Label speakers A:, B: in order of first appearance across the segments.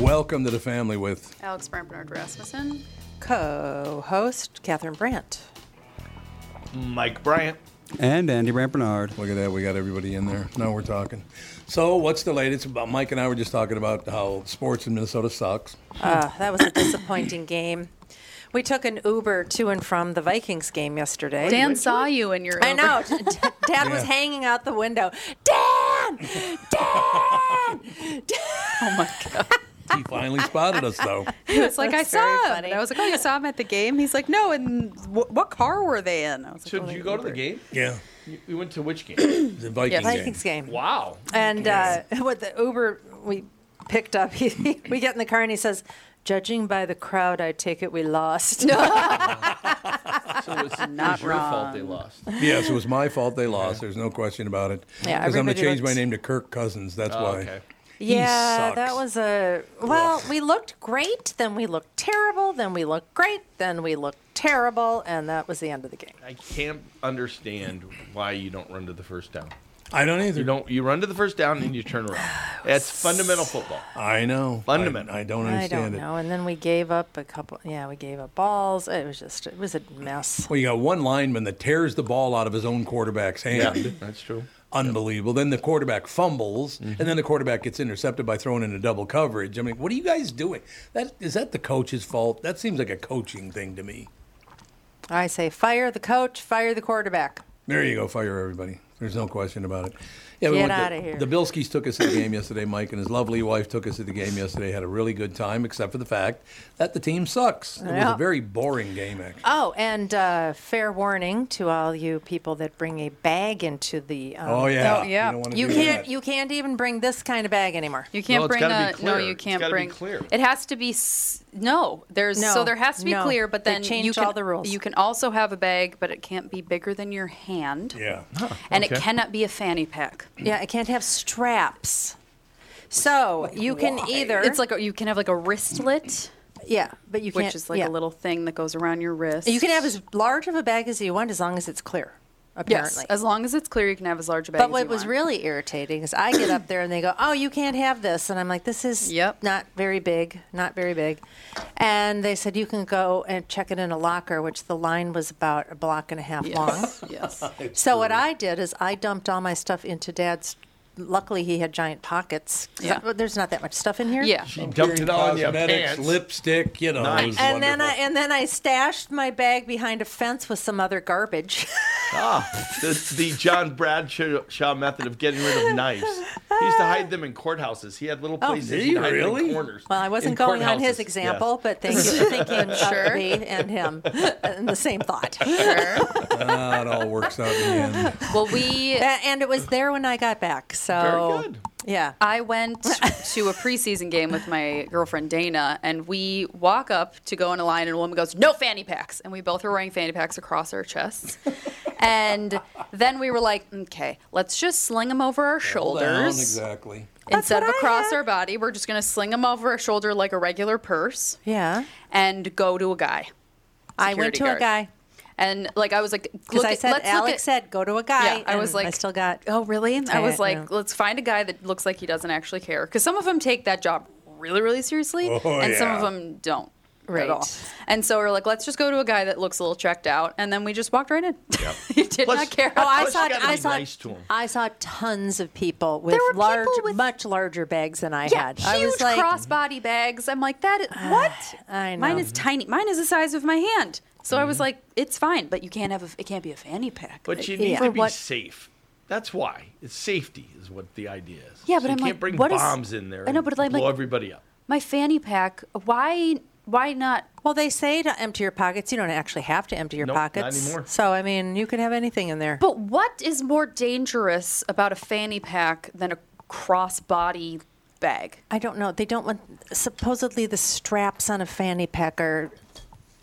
A: Welcome to the family with
B: Alex Brant Bernard Rasmussen.
C: co-host Catherine Brandt.
D: Mike Bryant.
E: And Andy Brant Bernard.
A: look at that we got everybody in there. Now we're talking. So what's the latest? About Mike and I were just talking about how sports in Minnesota sucks.
C: Uh, that was a disappointing game. We took an Uber to and from the Vikings game yesterday.
B: Dan saw you in your.
C: I know. D- d- Dad was
A: Yeah.
C: hanging out the window. Dan! Dan! Dan!
A: He finally spotted us though.
B: It's like I
C: That's
B: saw
C: very
B: him.
C: funny.
B: And I was like, oh, you saw him at the game. He's like, no. And wh- what car were they in? I was like,
D: So
B: "Oh,
D: did
B: they
D: you go to the
B: Ubered."
D: game?
A: Yeah,
D: You- You went to which game?
A: the Vikings game.
C: Vikings game.
D: wow.
C: And uh, what the Uber we picked up, he, we get in the car and he says, Judging by the crowd, I take it we lost.
D: So it was, not your fault they lost.
A: Yes, it was my fault they lost. There's no question about it.
C: Yeah,
A: because I'm going
C: everybody
A: to change my
C: looked-
A: name to Kirk Cousins. That's
D: Oh,
A: why.
D: okay.
A: He
C: Yeah,
A: sucks.
C: that was a well. We looked great, then we looked terrible, then we looked great, then we looked terrible, and that was the end of the game.
D: I can't understand why you don't run to the first down.
A: I don't either.
D: You don't. You run to the first down and you turn around. That's fundamental football.
A: I know. I-
D: Fundamental.
A: I, don't
C: I don't
A: understand it.
C: know. And then we gave up a couple. Yeah, we gave up balls. It was just it was a mess.
A: Well, you got one lineman that tears the ball out of his own quarterback's hand.
D: that's true.
A: Unbelievable. Then the quarterback fumbles, and then the quarterback gets intercepted by throwing in a double coverage. I mean, what are you guys doing? That is that the coach's fault? That seems like a coaching thing to me.
C: I say fire the coach, fire the quarterback.
A: There you go, fire everybody. There's no question about it. Yeah,
C: Get
A: went to-
C: outta here.
A: The Bilskis took us to the game yesterday, Mike, and his lovely wife took us to the game yesterday. Had a really good time, except for the fact that the team sucks. It was
C: Yeah.
A: a very boring game, actually.
C: Oh, and uh, fair warning to all you people that bring a bag into the. Um,
A: oh yeah,
B: oh, yeah.
A: don't wanna
C: You
A: do
C: can't.
A: that.
C: You can't even bring this kind of bag anymore.
B: You can't
D: No, it's
B: bring
D: gotta
B: a
D: be
B: no.
D: clear.
B: You
D: It's
B: can't
D: gotta be
B: bring
D: clear.
B: It has to be s- no. There's so
C: No,
B: there has to be
C: no.
B: clear. But
C: They
B: then you
C: changed
B: can
C: all the rules.
B: you can also have a bag, but it can't be bigger than your hand.
A: yeah.
B: And it
D: okay.
B: cannot be a fanny pack.
C: Yeah, it can't have straps. So you can either.
B: It's like a, you can have like a wristlet,
C: yeah, but you can't.
B: which is like
C: yeah.
B: a little thing that goes around your wrist.
C: You can have as large of a bag as you want as long as it's clear. Apparently.
B: yes, as long as it's clear, you can have as large a bag.
C: but
B: as
C: what
B: you
C: was
B: want.
C: really irritating is I get up there and they go, "Oh, you can't have this," and I'm like, "This is
B: Yep.
C: not very big, not very big," and they said you can go and check it in a locker, which the line was about a block and a half long.
B: yes, yes.
C: So what I did is I dumped all my stuff into Dad's. Luckily, he had giant pockets.
B: Yeah.
C: Well, There's not that much stuff in here.
B: yeah.
D: She dumped it all in your
A: Cosmetics,
D: pants.
A: lipstick, you know. it was
C: And then I
A: wonderful.
C: and then I stashed my bag behind a fence with some other garbage.
D: Ah, The, the John Bradshaw method of getting rid of knives. He used to hide them in courthouses. He had
C: Oh,
D: little places
A: did
D: he'd
A: he
D: hide them
A: really?
D: in corners.
C: Well, I wasn't
D: in
C: going on
D: courthouses,
C: his
D: yes.
C: example, but thank you for thinking
B: Sure.
C: of me and him and the same thought.
A: Ah, it all works out in the end.
B: Well, we.
C: A- And it was there when I got back. So
D: Very good.
C: Yeah.
B: I went to a preseason game with my girlfriend Dana, and we walk up to go in a line, and a woman goes, "No fanny packs," and we both were wearing fanny packs across our chests. and then we were like, "Okay, let's just sling them over our
A: Hold on,
B: shoulders
A: exactly.
B: instead of
C: what I
B: across
C: had.
B: our body. We're just gonna sling them over our shoulder like a regular purse,
C: yeah.
B: and go to a guy."
C: I went
B: security
C: to
B: guard.
C: a guy
B: And like I was like,
C: because
B: look
C: I
B: at-
C: said
B: let's look
C: Alex
B: at-
C: said go to a guy.
B: yeah, I was
C: and
B: like,
C: I still got.
B: Oh, really? I was
C: Yeah,
B: like,
C: yeah.
B: let's find a guy that looks like he doesn't actually care, because some of them take that job really, really seriously,
A: Oh,
B: and some of
A: yeah.
B: them don't.
C: Right.
B: at all. And so we're like, let's just go to a guy that looks a little checked out, and then we just walked right in. you did
D: Plus-
B: not care.
C: Oh, I
D: Plus,
C: saw.
D: you gotta
C: I
D: be
C: saw.
D: nice to 'em.
C: I saw tons of people with
B: were people
C: large,
B: with-
C: much larger bags than I
B: yeah,
C: had.
B: huge
C: I was like,
B: crossbody bags. I'm like, that is, what?
C: I
B: Mine
C: know. Mm-hmm.
B: is tiny. Mine is the size of my hand. So I was like, it's fine, but you can't have a, it can't be a fanny pack.
D: But
B: Like,
D: you need
C: Yeah.
D: to
C: For
D: be
C: what-
D: safe. That's why it's safety is what the idea is.
B: Yeah,
D: So
B: but
D: you
B: I'm
D: can't
B: like,
D: bring
B: what is-
D: bombs in there.
B: I know,
D: and
B: but I'm
D: blow
B: like-
D: everybody up.
B: my fanny pack. Why? Why not?
C: Well, they say to empty your pockets. You don't actually have to empty your
D: Nope, not
C: pockets
D: anymore.
C: So I mean, you could have anything in there.
B: But what is more dangerous about a fanny pack than a crossbody bag?
C: I don't know. They don't want. Supposedly, the straps on a fanny pack are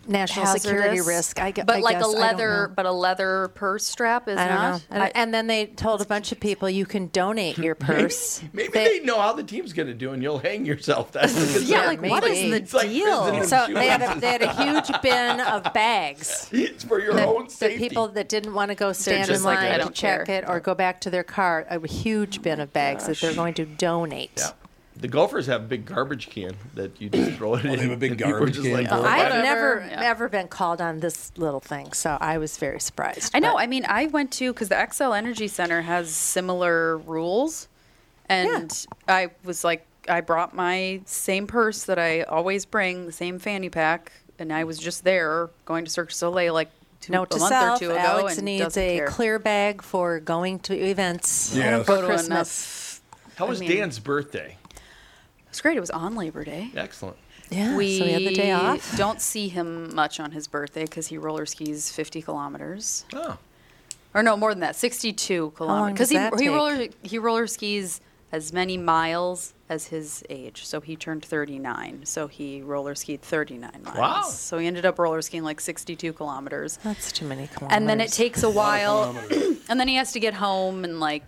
C: national security
B: Hazardous.
C: risk. I, gu-
B: but
C: I
B: like
C: guess.
B: a
C: I don't
B: leather,
C: know.
B: but a leather purse strap is
C: I don't know.
B: not.
C: And, and then they told a bunch of people you can donate your purse.
D: Maybe they, know how the team's going to do, and you'll hang yourself. That's the concern.
B: Yeah, like, what is the
D: It's like
B: deal?
D: visiting
C: so
D: shoes.
C: they had, a, they had a huge bin of bags.
D: it's for your
C: that
D: own
C: the
D: safety.
C: people that didn't want to go stand in
B: just like,
C: line
B: I
C: to
B: don't
C: check
B: care.
C: it or go back to their car, a huge bin of bags that they're going to donate.
D: Oh Yeah. The golfers have a big garbage can that you just throw it in.
A: Oh, they have a big
D: and people are
A: garbage
D: just
A: can.
D: like,
A: Oh,
D: "Well,
C: I've
D: whatever."
C: never
B: Yeah.
C: ever been called on this little thing, so I was very surprised.
B: I know.
C: but-
B: I mean, I went to because the XL Energy Center has similar rules, and I was like, I brought my same purse that I always bring, the same fanny pack, and I was just there going to Cirque du Soleil like two,
C: Note
B: a
C: to
B: month
C: self:
B: or two ago,
C: Alex
B: and
C: needs
B: doesn't
C: a
B: care.
C: clear bag for going to events
A: Yes.
C: and
A: Go
C: for
B: to
C: Christmas.
D: How was
B: mean-
D: Dan's birthday?
B: It's great. It was on Labor Day.
D: Excellent.
C: Yeah,
B: We
C: so we had the day off.
B: don't see him much on his birthday because he roller skis 50 kilometers.
D: Oh,
B: or no more than that 62
C: long
B: kilometers because
C: does
B: he,
C: that
B: he
C: take?
B: roller he roller skis as many miles as his age so he turned 39 so he roller skied 39 miles
D: Wow.
B: so he ended up roller skiing like 62 kilometers
C: That's too many kilometers.
B: and then it takes a while and then he has to get home and like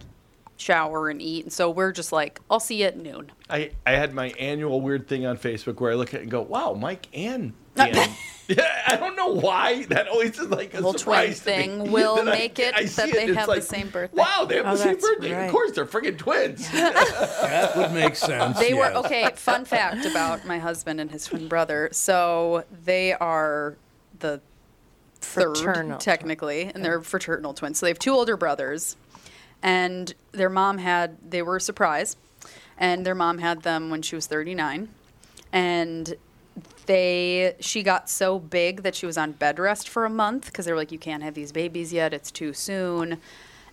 B: shower and eat and so we're just like i'll see you at noon
D: I, I had my annual weird thing on Facebook where I look at it and go, wow, Mike and Dan. yeah, I don't know why that always is like a
B: Little twin
D: surprise to me.
B: thing will
D: That I-
B: make it
D: I
B: that
D: see
B: they
D: and it's
B: have the same birthday.
D: Wow, they have
C: Oh,
D: the same
C: that's
D: birthday.
C: right.
D: Of course, they're friggin' twins.
A: That would make sense.
B: They
A: yes.
B: were okay. Fun fact about my husband and his twin brother. So they are the
C: Fraternal
B: third, technically, and they're fraternal twins. So they have two older brothers, and their mom had. They were a surprise, and their mom had them when she was 39, and they she got so big that she was on bed rest for a month because they were like you can't have these babies yet it's too soon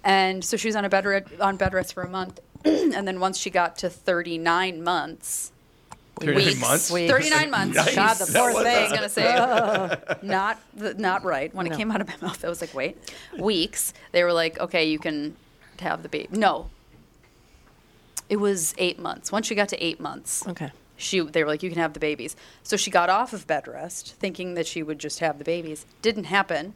B: and so she was on a bed re- on bed rest for a month and then once she got to 39 months
D: 39
B: weeks,
D: months?
B: 39 months
D: Yikes.
C: God, the
B: That
C: poor
B: was- I was
C: thing.
B: gonna say not th- not right when it came out of my mouth I was like wait weeks they were like okay you can have the baby no it was eight months once she got to eight months
C: Okay.
B: she they were like you can have the babies so she got off of bed rest thinking that she would just have the babies didn't happen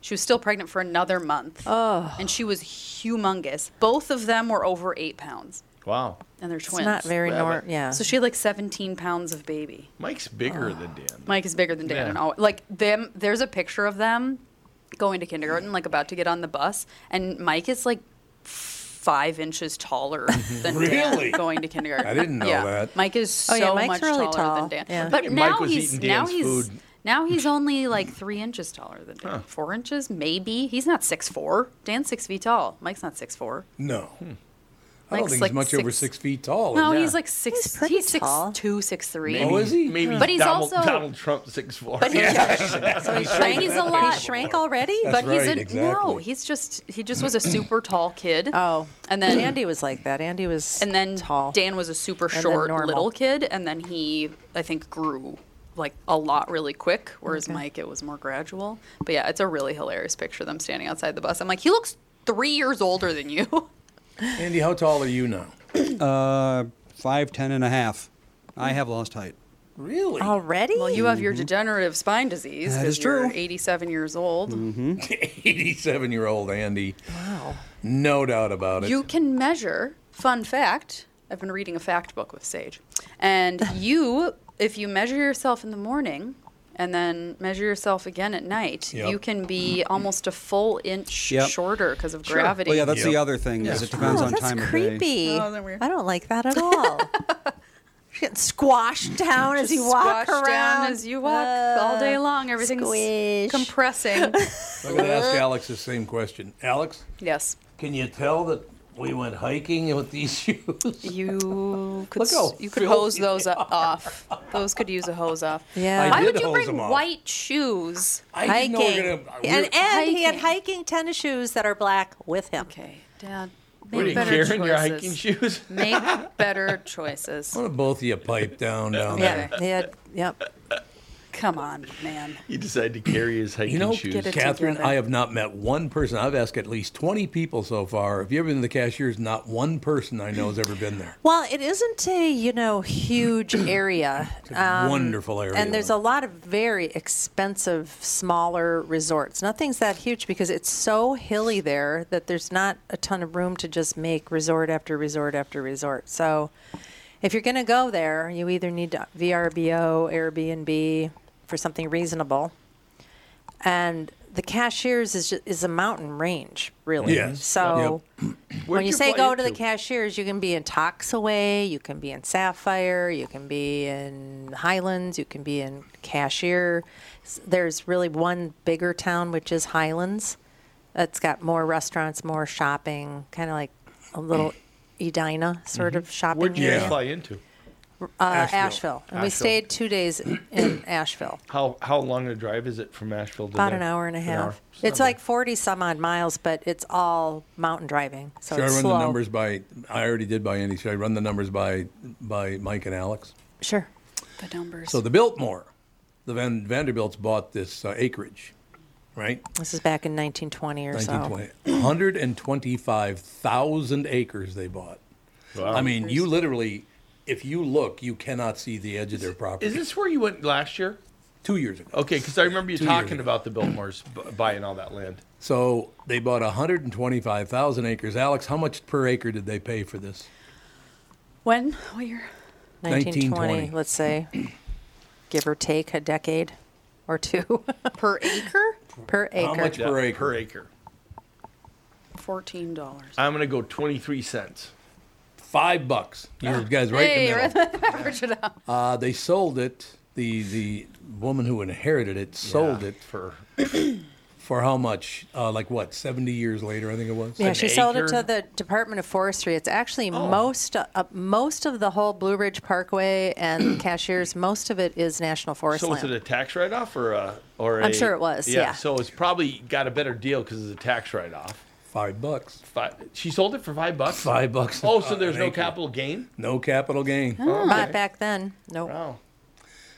B: she was still pregnant for another month oh. and she was humongous both of them were over eight pounds
D: Wow.
B: and they're
C: It's
B: twins
C: not very
D: Well,
C: normal.
D: but-
C: Yeah.
B: so she had like 17 pounds of baby
D: Mike's bigger than Dan.
B: mike is bigger than dan
D: Yeah.
B: and all like them there's a picture of them going to kindergarten like about to get on the bus and mike is like five inches taller than
A: Really?
B: dan going to kindergarten
A: I didn't know
B: yeah.
A: that.
B: mike is so
C: Oh, yeah, Mike's
B: much
C: really
B: taller
C: tall.
B: than dan
C: Yeah.
B: but
D: Mike
B: now
D: was
B: he's
D: eating
B: now
D: Dan's
B: he's
D: food.
B: now he's only like three inches taller than dan four inches maybe he's not six four dan's six feet tall mike's not six four
A: No. I don't
B: Hmm. Mike's
A: think
B: like
A: he's much over
B: six-
A: six feet tall.
B: no
A: is he?
B: he's like six
C: He's pretty
B: six
C: tall.
B: two, six three.
A: Oh, is he?
D: Maybe
B: But he's
D: Donald,
B: also-
D: Donald Trump six four.
B: But he's,
C: So he
B: but
C: shrank,
B: he's a
C: he
B: lot.
C: shrank already.
A: That's
B: but he's
A: right,
B: a no.
A: exactly.
B: He's just he just was a super tall kid.
C: Oh,
B: and then
C: Andy was like that. Andy was
B: and then
C: tall.
B: Dan was a super
C: then
B: short
C: normal.
B: little kid, and then he I think grew like a lot really quick. Whereas Mike, it was more gradual. But yeah, it's a really hilarious picture of them standing outside the bus. I'm like, he looks three years older than you.
A: Andy, how tall are you now?
E: Uh, five ten and a half. I have lost height.
A: Really?
C: already.
B: well, you have your degenerative spine disease.
E: Mm-hmm. That
B: 'cause
E: is true.
B: You're 87 years old.
A: 87 year old Andy.
C: wow.
A: No doubt about it.
B: You can measure. Fun fact: I've been reading a fact book with Sage, and you, if you measure yourself in the morning and then measure yourself again at night,
A: Yep.
B: you can be almost a full inch
E: Yep.
B: shorter because of gravity.
E: Well, yeah, that's the
A: Yep.
E: other thing. Is it depends
C: Oh,
E: on
C: that's
E: time of day.
C: creepy.
B: Oh, isn't that weird?
C: I don't like that at all. She gets squashed down as you walk
B: Squash
C: around.
B: down as you walk all day long. Everything's
C: squish.
B: compressing.
A: I'm going to ask Alex the same question. Alex,
B: yes.
A: can you tell that we went hiking with these shoes?
B: You could
A: Look how
B: s- you could
A: filthy
B: hose those off. Those could use a hose off.
C: Yeah. I
B: Why
A: did
B: would you
A: hose
B: bring
A: them off.
B: white shoes?
A: I didn't
C: hiking.
A: know we were gonna- we
C: and and
A: were-
C: he had
B: Hiking.
C: hiking tennis shoes that are black with him.
B: Okay, Dad. Make
D: What are you
B: better
D: carrying your
B: choices.
D: hiking shoes?
B: Make better choices.
A: Why don't both of you pipe down down
C: Yeah.
A: there?
C: He had, yep.
B: Come on, man.
D: He decided to carry his hiking
A: You know,
D: shoes.
B: Get it
A: Catherine,
B: together.
A: I have not met one person. I've asked at least 20 people so far. Have you ever been to the cashiers? Not one person I know has ever been there.
C: Well, it isn't a you know huge area. Um,
A: Wonderful area.
C: And there's a lot of very expensive smaller resorts. Nothing's that huge because it's so hilly there that there's not a ton of room to just make resort after resort after resort. So if you're going to go there, you either need to VRBO, Airbnb for something reasonable. And the cashiers is ju- is a mountain range, really.
A: Yes.
C: So
D: Where'd
C: when you
D: you
C: say
D: fly
C: go to the
D: into?
C: cashiers, you can be in Toxaway, you can be in Sapphire, you can be in Highlands, you can be in Cashier. S- There's really one bigger town, which is Highlands. That's got more restaurants, more shopping, kind of like a little Edina sort of shopping
D: Where'd you
C: area.
D: guys fly into?
C: Uh, Asheville.
A: Asheville.
C: And we
D: Asheville.
C: stayed two days in Asheville.
D: How how long a drive is it from Asheville to
C: About
D: there?
C: an hour and a
D: An
C: half.
D: hour.
C: It's
D: not
C: like 40 some odd miles, but it's all mountain driving. So
A: Should I
C: it's
A: run
C: slow.
A: the numbers by? I already did by Andy. Should I run the numbers by by Mike and Alex?
C: Sure.
B: The numbers.
A: So the Biltmore, the Van, Vanderbilts bought this uh, acreage, right?
C: This is back in 1920 or so.
A: 1920, 125,000 acres they bought.
D: bad. Wow.
A: I mean, you literally, if you look, you cannot see the edge of their property.
D: is this where you went last year?
A: two years ago?
D: Okay, because I remember you
A: Two years
D: talking
A: ago.
D: about the Biltmores bu- buying all that land.
A: So they bought 125,000 acres. Alex, how much per acre did they pay for this?
B: when? What year?
C: 1920,
A: 1920.
C: let's say, give or take a decade or two
B: Per acre?
C: per acre.
A: How much per acre?
D: Per acre.
B: Fourteen dollars.
D: I'm gonna go 23 cents.
A: Five bucks. You guys right
B: Ah. Hey,
A: in the
B: right
A: middle.
B: it out.
A: Uh, they sold it. The the woman who inherited it sold
D: Yeah,
A: it
D: for
A: for how much? Uh, like what? Seventy years later, I think it was.
C: yeah,
D: an
C: she sold it
D: acre?
C: to the Department of Forestry. It's actually most uh, most of the whole Blue Ridge Parkway and Cashiers. Most of it is national forest
D: So was
C: land.
D: it a tax write-off or a or
C: I'm
D: a-
C: sure it was, yeah.
D: So it's probably got a better deal because it's a tax write-off.
A: Five bucks.
D: Five, she sold it for five bucks.
A: Five bucks.
D: Oh, so
A: an
D: there's no
A: acre.
D: capital gain.
A: No capital gain.
C: Hmm.
D: Oh,
C: Not back then. Nope.
D: Wow.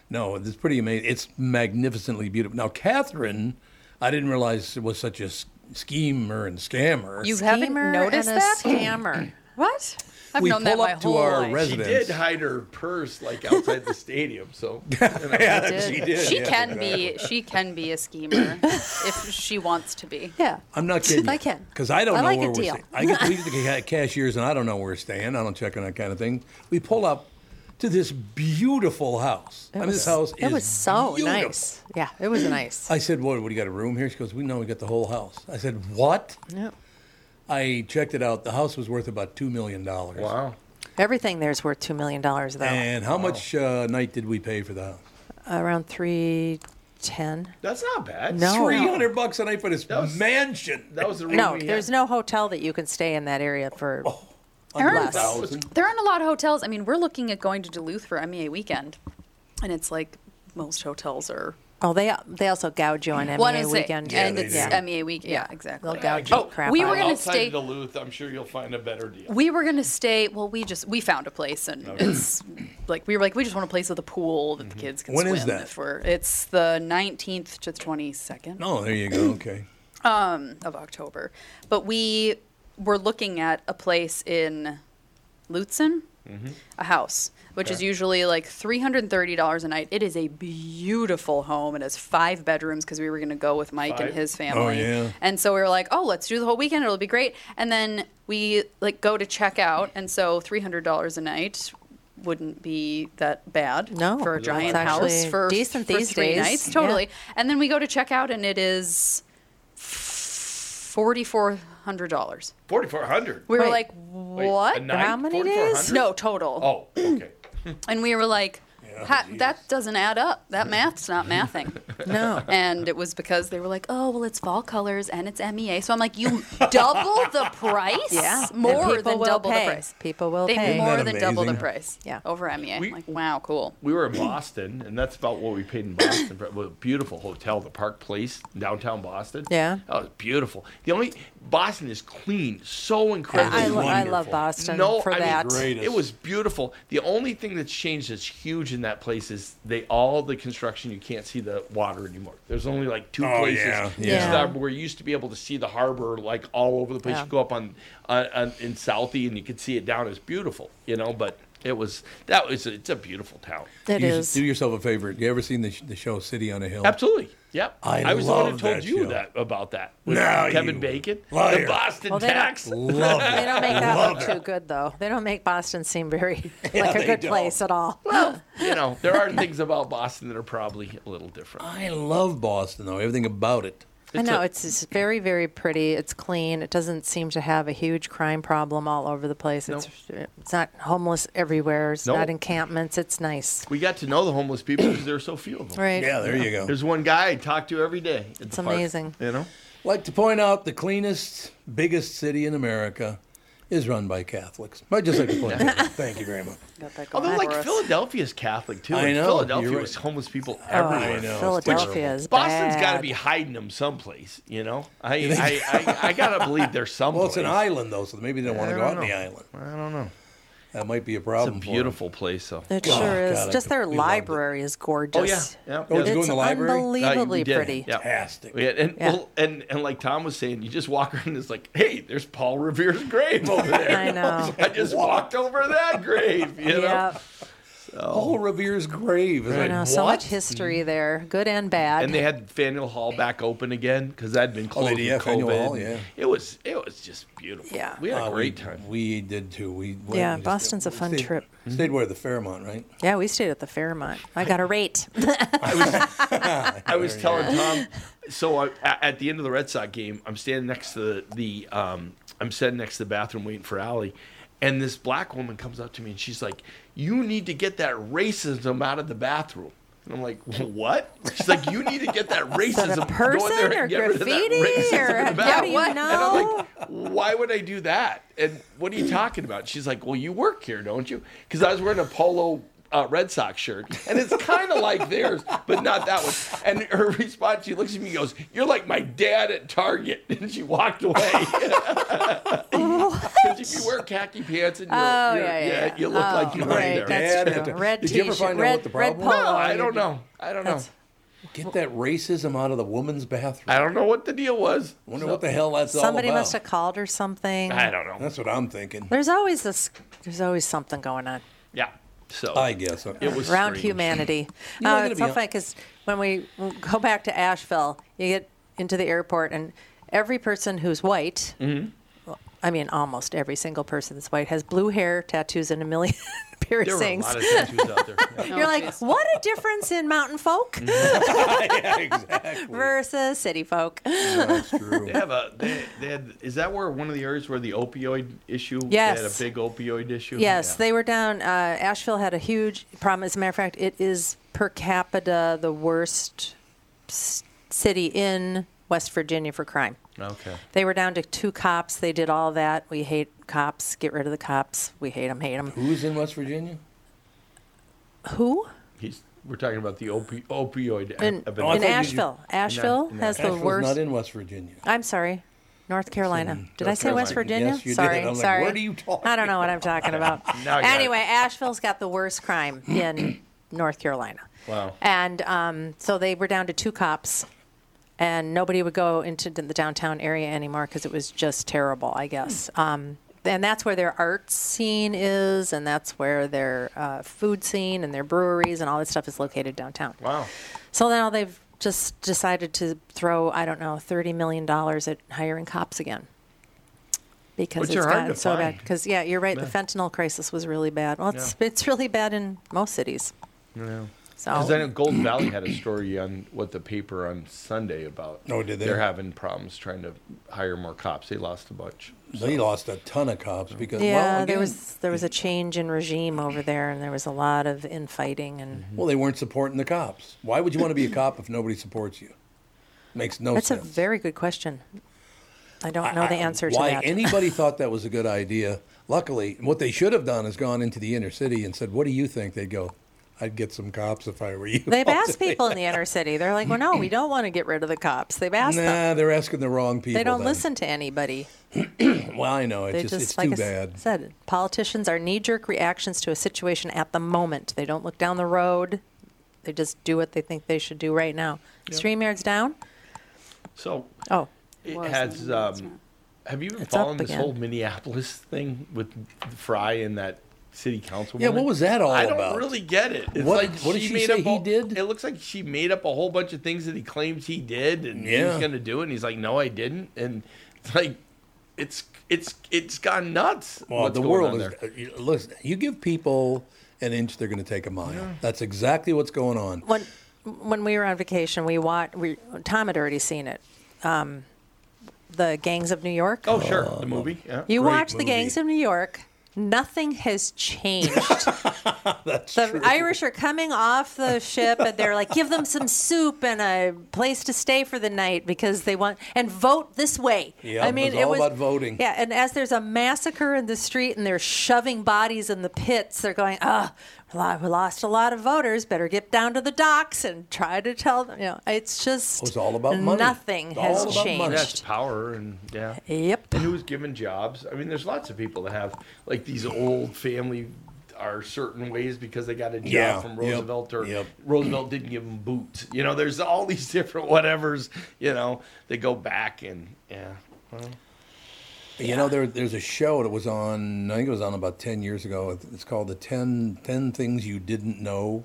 A: No, it's pretty amazing. It's magnificently beautiful. Now, Catherine, I didn't realize it was such a s- schemer and scammer.
B: You haven't
C: Schemer
B: noticed
C: and a
B: that?
C: Scammer.
B: What? I've
A: We
B: known that
A: pull
B: my
A: up to
B: whole
A: our
B: life.
A: res-
D: She
A: Residence.
D: did hide her purse like outside the stadium. So you know,
A: she did.
B: She
A: yeah,
B: can
A: exactly.
B: be. She can be a schemer if she wants to be.
C: Yeah.
A: I'm not kidding.
C: I can.
A: Because I don't
C: I
A: know
C: like a
A: where we're
C: deal.
A: staying. I get to leave the ca- cashiers and I don't know where we're staying. I don't check on that kind of thing. We pull up to this beautiful house. I mean, this house
C: It
A: is
C: was so
A: beautiful.
C: nice. Yeah, it was nice.
A: I said, "What? What do you got a room here?" She goes, "We know we got the whole house." I said, "What?"
C: Yep.
A: I checked it out. The house was worth about two million dollars.
D: wow.
C: Everything there's worth two million dollars though.
A: And how much uh, night did we pay for the house?
C: Around three ten.
D: That's not bad.
C: No.
A: Three hundred bucks a night for this
D: was-
A: mansion.
D: That was the room
C: No,
D: we had.
C: there's no hotel that you can stay in that area for.
A: Oh.
B: Aaron,
C: Less.
D: Thousand.
B: There aren't a lot of hotels. I mean, we're looking at going to Duluth for MEA weekend, and it's like most hotels are.
C: Oh, they they also gouge you on MEA
B: Well, I didn't say-
C: E weekend.
B: and
A: they
B: it's
A: do.
B: MEA week. Yeah, exactly.
C: They'll gouge
D: Oh,
C: you crap.
B: we
C: out
B: were
C: of
B: gonna
C: it.
D: outside
B: stay-
D: Duluth. I'm sure you'll find a better deal.
B: We were gonna stay. Well, we just we found a place, and it's like we were like we just want a place with a pool that the kids can
A: Mm-hmm. When
B: swim.
A: is that?
B: If we're, it's the 19th to the 22nd
A: Oh, there you go. Okay.
B: um, of October, but we were looking at a place in Lutzen, a house, which is usually like three hundred and thirty dollars a night. It is a beautiful home. It has five bedrooms because we were going to go with Mike
D: Five?
B: and his family.
A: yeah.
B: And so we were like, oh, let's do the whole weekend. It'll be great. And then we like go to check out, and so three hundred dollars a night wouldn't be that bad
C: No,
B: for a
C: it's
B: giant
C: actually
B: house for
C: decent
B: for
C: these
B: three
C: days.
B: nights
C: Yeah.
B: totally and then we go to check out and it is forty-four hundred dollars.
D: Forty-four hundred.
B: We were
C: Wait.
B: like, what?
C: How many days?
B: No total.
D: Oh, okay.
B: and we were like,
A: Yeah,
B: "Ha-
A: geez.
B: that doesn't add up. That math's not mathing.
C: No.
B: and it was because they were like, oh, well, it's fall colors and it's MEA. So I'm like, you double the price?
C: Yeah. And
B: More
C: people
B: than
C: will
B: double
C: pay.
B: the price.
C: People will
B: they
C: pay. Isn't
B: more
A: that
B: than double the
A: amazing?
B: price
C: Yeah.
B: over MEA.
D: We-
B: like, wow, cool.
D: We were in Boston, and that's about what we paid in Boston. for- well, beautiful hotel, the Park Place, downtown Boston.
C: Yeah.
D: that was beautiful. The only Boston is clean, so incredibly
C: I, lo- I
D: wonderful.
C: love Boston
D: No,
C: for
D: I mean,
C: that.
A: great.
D: It was beautiful. The only thing that's changed that's huge in that place is they all the construction. You can't see the water anymore. There's only like two
A: Oh,
D: places
A: yeah,
D: in
C: yeah.
D: Starb- where you used to be able to see the harbor like all over the place.
C: Yeah.
D: You go up on, uh, on in Southie and you could see it down. It's beautiful, you know. But it was that was it's a beautiful town.
C: It
A: you should
C: is.
A: Do yourself a favor. You ever seen the, sh- the show City on a Hill?
D: Absolutely. Yep.
A: I
D: was the one who
A: love
D: told
A: that
D: you
A: show.
D: that about that. with
A: Now
D: Kevin
A: you
D: Bacon.
A: liar.
D: The Boston
C: Well, they don't-
D: tax.
A: Love
C: They
A: it.
C: don't make that look too good, though. They don't make Boston seem very like a
A: they
C: good
A: don't.
C: place at all.
D: Well, you know, there are things about Boston that are probably a little different.
A: I love Boston though. Everything about it.
C: I
D: It's
C: know
D: a-
C: it's, it's very, very pretty. It's clean. It doesn't seem to have a huge crime problem all over the place. It's it's not homeless everywhere. It's
D: Nope.
C: not encampments. It's nice.
D: We got to know the homeless people because there are so few of them.
C: Right.
A: Yeah, there you go.
D: There's one guy I talk to every day. at
C: It's
D: the park,
C: amazing.
D: you know?
A: like to point out the cleanest, biggest city in America is run by Catholics. I'd just like to point that out. Thank you very much.
D: Although, like, Philadelphia is Catholic, too.
A: I
D: And
A: know,
D: Philadelphia
A: you're right.
D: was homeless people
A: I know,
D: everywhere.
A: it's terrible.
C: Philadelphia is
D: Boston's got to
C: bad.
D: be hiding them someplace, you know? I I, I, I got to believe they're someplace.
A: Well, it's an island though, so maybe they don't want to go out on the island. I don't know. That might be a
D: It's a
A: problem. for 'em.
D: beautiful place, though.
C: It
A: Oh,
C: sure is.
A: God, I
C: Just their
A: completely loved it.
C: library is gorgeous.
D: yeah,
A: Oh, did you go in
C: It's
A: the library?
D: Uh, we
C: unbelievably
D: did,
C: pretty.
D: yeah.
A: Fantastic.
D: Yeah, and,
C: Yeah.
D: Well, and and like Tom was saying, you just walk around and it's like, hey, there's Paul Revere's grave over there.
C: I know.
D: I just walked over that grave, you know.
C: Yeah.
A: Paul Revere's grave is
C: I
A: like
C: know.
A: what?
C: So much history there, good and bad.
D: And they had Faneuil Hall back open again because that had been
A: Oh, they
D: closed
A: did,
D: with
A: yeah, Faneuil
D: COVID.
A: Hall, yeah.
D: It was it was just beautiful.
C: Yeah.
D: we had
A: Uh,
D: a great
A: we,
D: time.
A: We did too. We went
C: Yeah,
A: and just-
C: Boston's a
A: we
C: fun
A: stayed-
C: trip.
A: Stayed where the Fairmont, right?
C: yeah, we stayed at the Fairmont. I got a rate.
D: I was telling Tom. So I, a- at the end of the Red Sox game, I'm standing next to the, the um, I'm standing next to the bathroom waiting for Allie, and this black woman comes up to me and she's like, "You need to get that racism out of the bathroom." And I'm like, "What?" She's like, "You need to get that racism."
C: a
D: Go in there
C: person
D: and
C: or
D: get rid of that
C: graffiti
D: racism
C: or
D: in the
C: how do you
D: bathroom."
B: what?
C: know?
D: And I'm like, why would I do that? And what are you talking about? She's like, well, you work here, don't you? Because I was wearing a polo uh, Red Sox shirt, and it's kind of like theirs, but not that one. And her response, she looks at me and goes, you're like my dad at Target. And she walked away. Because if you wear khaki pants and you're,
C: Oh,
D: you're-
C: yeah, yeah, yeah.
D: you look like
C: Oh,
D: you
C: right,
D: right there.
C: that's-
A: Dad,
C: true.
A: at the-
C: Red
A: Did you ever
C: t-shirt,
A: find
C: red-
A: out what the
C: red
A: problem
C: polo.
A: was?
D: No, I don't know. I don't know.
C: That's-
A: Get that racism out of the woman's bathroom.
D: I don't know what the deal was.
A: wonder what the hell that's
C: Somebody
A: all about.
C: must have called or something.
D: I don't know.
A: That's what I'm thinking.
C: There's always this. There's always something going on
D: Yeah. So
A: I guess. uh, It
D: was
C: around
D: strange.
C: humanity.
A: You ain't
C: Uh,
A: gonna
C: it's
A: be
C: so
A: hon-
C: funny because when we go back to Asheville, you get into the airport and every person who's white.
D: Mm-hmm.
C: well, I mean, almost every single person that's white has blue hair, tattoos, and a million
D: There were a
C: piercings.
D: lot of tattoos out there. Yeah.
C: You're like, what a difference in mountain folk
D: Mm-hmm.
A: yeah, exactly.
C: versus city folk.
D: Mm-hmm.
A: That's true.
D: They have a. They, they had. Is that where one of the areas where the opioid issue? They had
C: Yes.
D: a big opioid issue.
C: Yes,
D: Yeah.
C: they were down. Uh, Asheville had a huge problem. As a matter of fact, it is per capita the worst s- city in West Virginia for crime.
D: okay.
C: They were down to two cops. They did all that. We hate cops. Get rid of the cops. We hate them. Hate them.
A: Who's in West Virginia?
C: Who?
D: He's. We're talking about the opi- opioid. ep-
C: In,
D: epidemic.
C: in Asheville. Asheville
D: in
C: has the
A: Asheville's
C: worst.
A: not in West Virginia.
C: I'm sorry. North Carolina. Did I
D: North
C: say West Virginia?
D: Carolina.
A: Yes, you did.
C: sorry,
A: I'm like,
C: sorry.
A: what are you talking
C: I don't know what I'm talking about.
D: Now I got it.
C: anyway, Asheville's got the worst crime in North Carolina.
D: Wow.
C: And um, so they were down to two cops, and nobody would go into the downtown area anymore because it was just terrible, I guess.
D: Hmm.
C: Um, and that's where their art scene is, and that's where their uh, food scene and their breweries and all that stuff is located downtown.
D: Wow.
C: So now they've just decided to throw, I don't know, thirty million dollars at hiring cops again. Because
D: Which
C: it's
D: are hard
C: gotten
D: to
C: so bad.
D: find.
C: Because yeah, you're right. The fentanyl crisis was really bad. Well, it's it's really bad in most cities. So
D: Because I know Golden Valley had a story on what the paper on Sunday about.
A: Oh, did they?
D: They're having problems trying to hire more cops. They lost a bunch.
A: They lost a ton of cops because
C: yeah,
A: well,
C: there
A: again,
C: was there was a change in regime over there, and there was a lot of infighting, and
A: well, they weren't supporting the cops. Why would you want to be a cop if nobody supports you? Makes no
C: that's a
A: sense.
C: very good question. I don't know the
A: I-
C: answer to
A: why
C: that.
A: anybody thought that was a good idea. Luckily, what they should have done is gone into the inner city and said, "What do you think?" They'd go, "I'd get some cops if I were you."
C: They've asked people in the inner city. They're like, well, no, we don't want to get rid of the cops. They've asked them.
A: Nah, they're asking the wrong people.
C: They don't
A: then.
C: listen to anybody.
A: Well, I know
C: They
A: it's
C: just,
A: just, it's
C: like
A: too
C: I s-
A: bad.
C: said, politicians are knee-jerk reactions to a situation at the moment. They don't look down the road. They just do what they think they should do right now. Stream yards down.
D: So
C: Oh,
D: it
B: Was,
D: has.
B: no, it's
D: Um,
B: not.
D: have you been
C: It's up
D: following this
C: again.
D: whole Minneapolis thing with Fry and that city councilwoman?
A: Yeah, what was that all
D: I don't
A: about?
D: really get it. It's
A: What-
D: like
A: what did she
D: made
A: say
D: up
A: he
D: all-
A: did?
D: It looks like she made up a whole bunch of things that he claims he did, and he was
A: Yeah.
D: going to do it. And he's like, "No, I didn't." And it's like, it's it's it's gone nuts.
A: Well,
D: what's
A: the
D: going
A: world
D: on
A: is.
D: there.
A: uh, you- Listen, you give people an inch, they're going to take a mile. That's exactly what's going on.
C: when when we were on vacation, we watched. We Tom had already seen it. Um, the Gangs of New York.
D: Oh, sure, the movie. Yeah.
C: you
A: great
C: watch the
A: movie.
C: Gangs of New York. Nothing has changed.
A: That's
C: the
A: true.
C: Irish are coming off the ship, and they're like, "Give them some soup and a place to stay for the night because they want and vote this way."
A: Yeah,
C: I
A: it
C: mean,
A: was all about voting.
C: Yeah, and as there's a massacre in the street and they're shoving bodies in the pits, they're going, "Ah, oh, we lost a lot of voters. Better get down to the docks and try to tell them." You know, it's just
A: It's all about money.
C: Nothing
A: It's
C: has
A: all about money.
D: Yeah, it's
C: changed.
D: power and yeah.
C: Yep.
D: And who's given jobs? I mean, there's lots of people that have like these old family are certain ways because they got a job
A: Yeah,
D: from
A: yep,
D: Roosevelt or
A: yep.
D: Roosevelt didn't give them boots. You know, there's all these different whatevers. You know, they go back and yeah. Well,
A: You know, there, there's a show that was on, I think it was on about 10 years ago. It- It's called The 10, 10 Things You Didn't Know.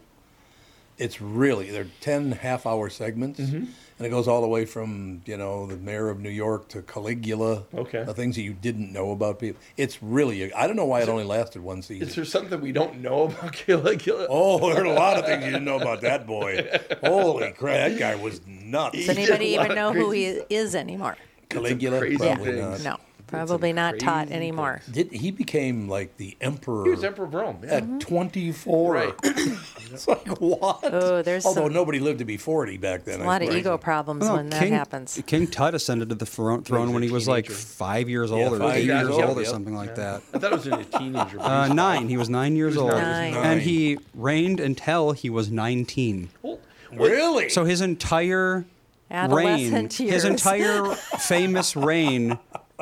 A: It's really, they're 10 half hour segments. And it goes all the way from, you know, the mayor of New York to Caligula.
D: Okay.
A: The things that you didn't know about people. It's really, I don't know why it only lasted one season.
D: is there something we don't know about Caligula?
A: Oh, there are a lot of things you didn't know about that boy. Holy crap, that guy was nuts.
C: Does anybody
D: a lot
C: even
D: of
C: know who he is anymore?
A: Caligula,
D: crazy
A: probably
D: things.
A: not.
C: No, probably not taught
D: crazy
C: anymore.
A: Did, he became like the emperor.
D: He was Emperor of Rome. Yeah.
C: Mm-hmm.
A: at 24.
D: Right.
A: it's like, what?
C: Oh, there's
A: Although
C: some-
A: nobody lived to be 40 back then.
C: A lot of ego problems
E: Well,
C: when that
E: King,
C: happens.
E: King Tut ascended to the thro- throne when he was like
D: teenager.
E: five years old or
A: five
E: eight
D: years
E: years
D: old,
E: old or
A: yep.
E: something like that.
D: I thought it was in a teenager. but
E: Uh,
D: he's
E: nine. He was nine years old,
C: nine.
E: and he reigned until he was nineteen.
D: old.
A: Really?
E: So his entire reign,
C: Adolescent years.
E: his entire famous reign,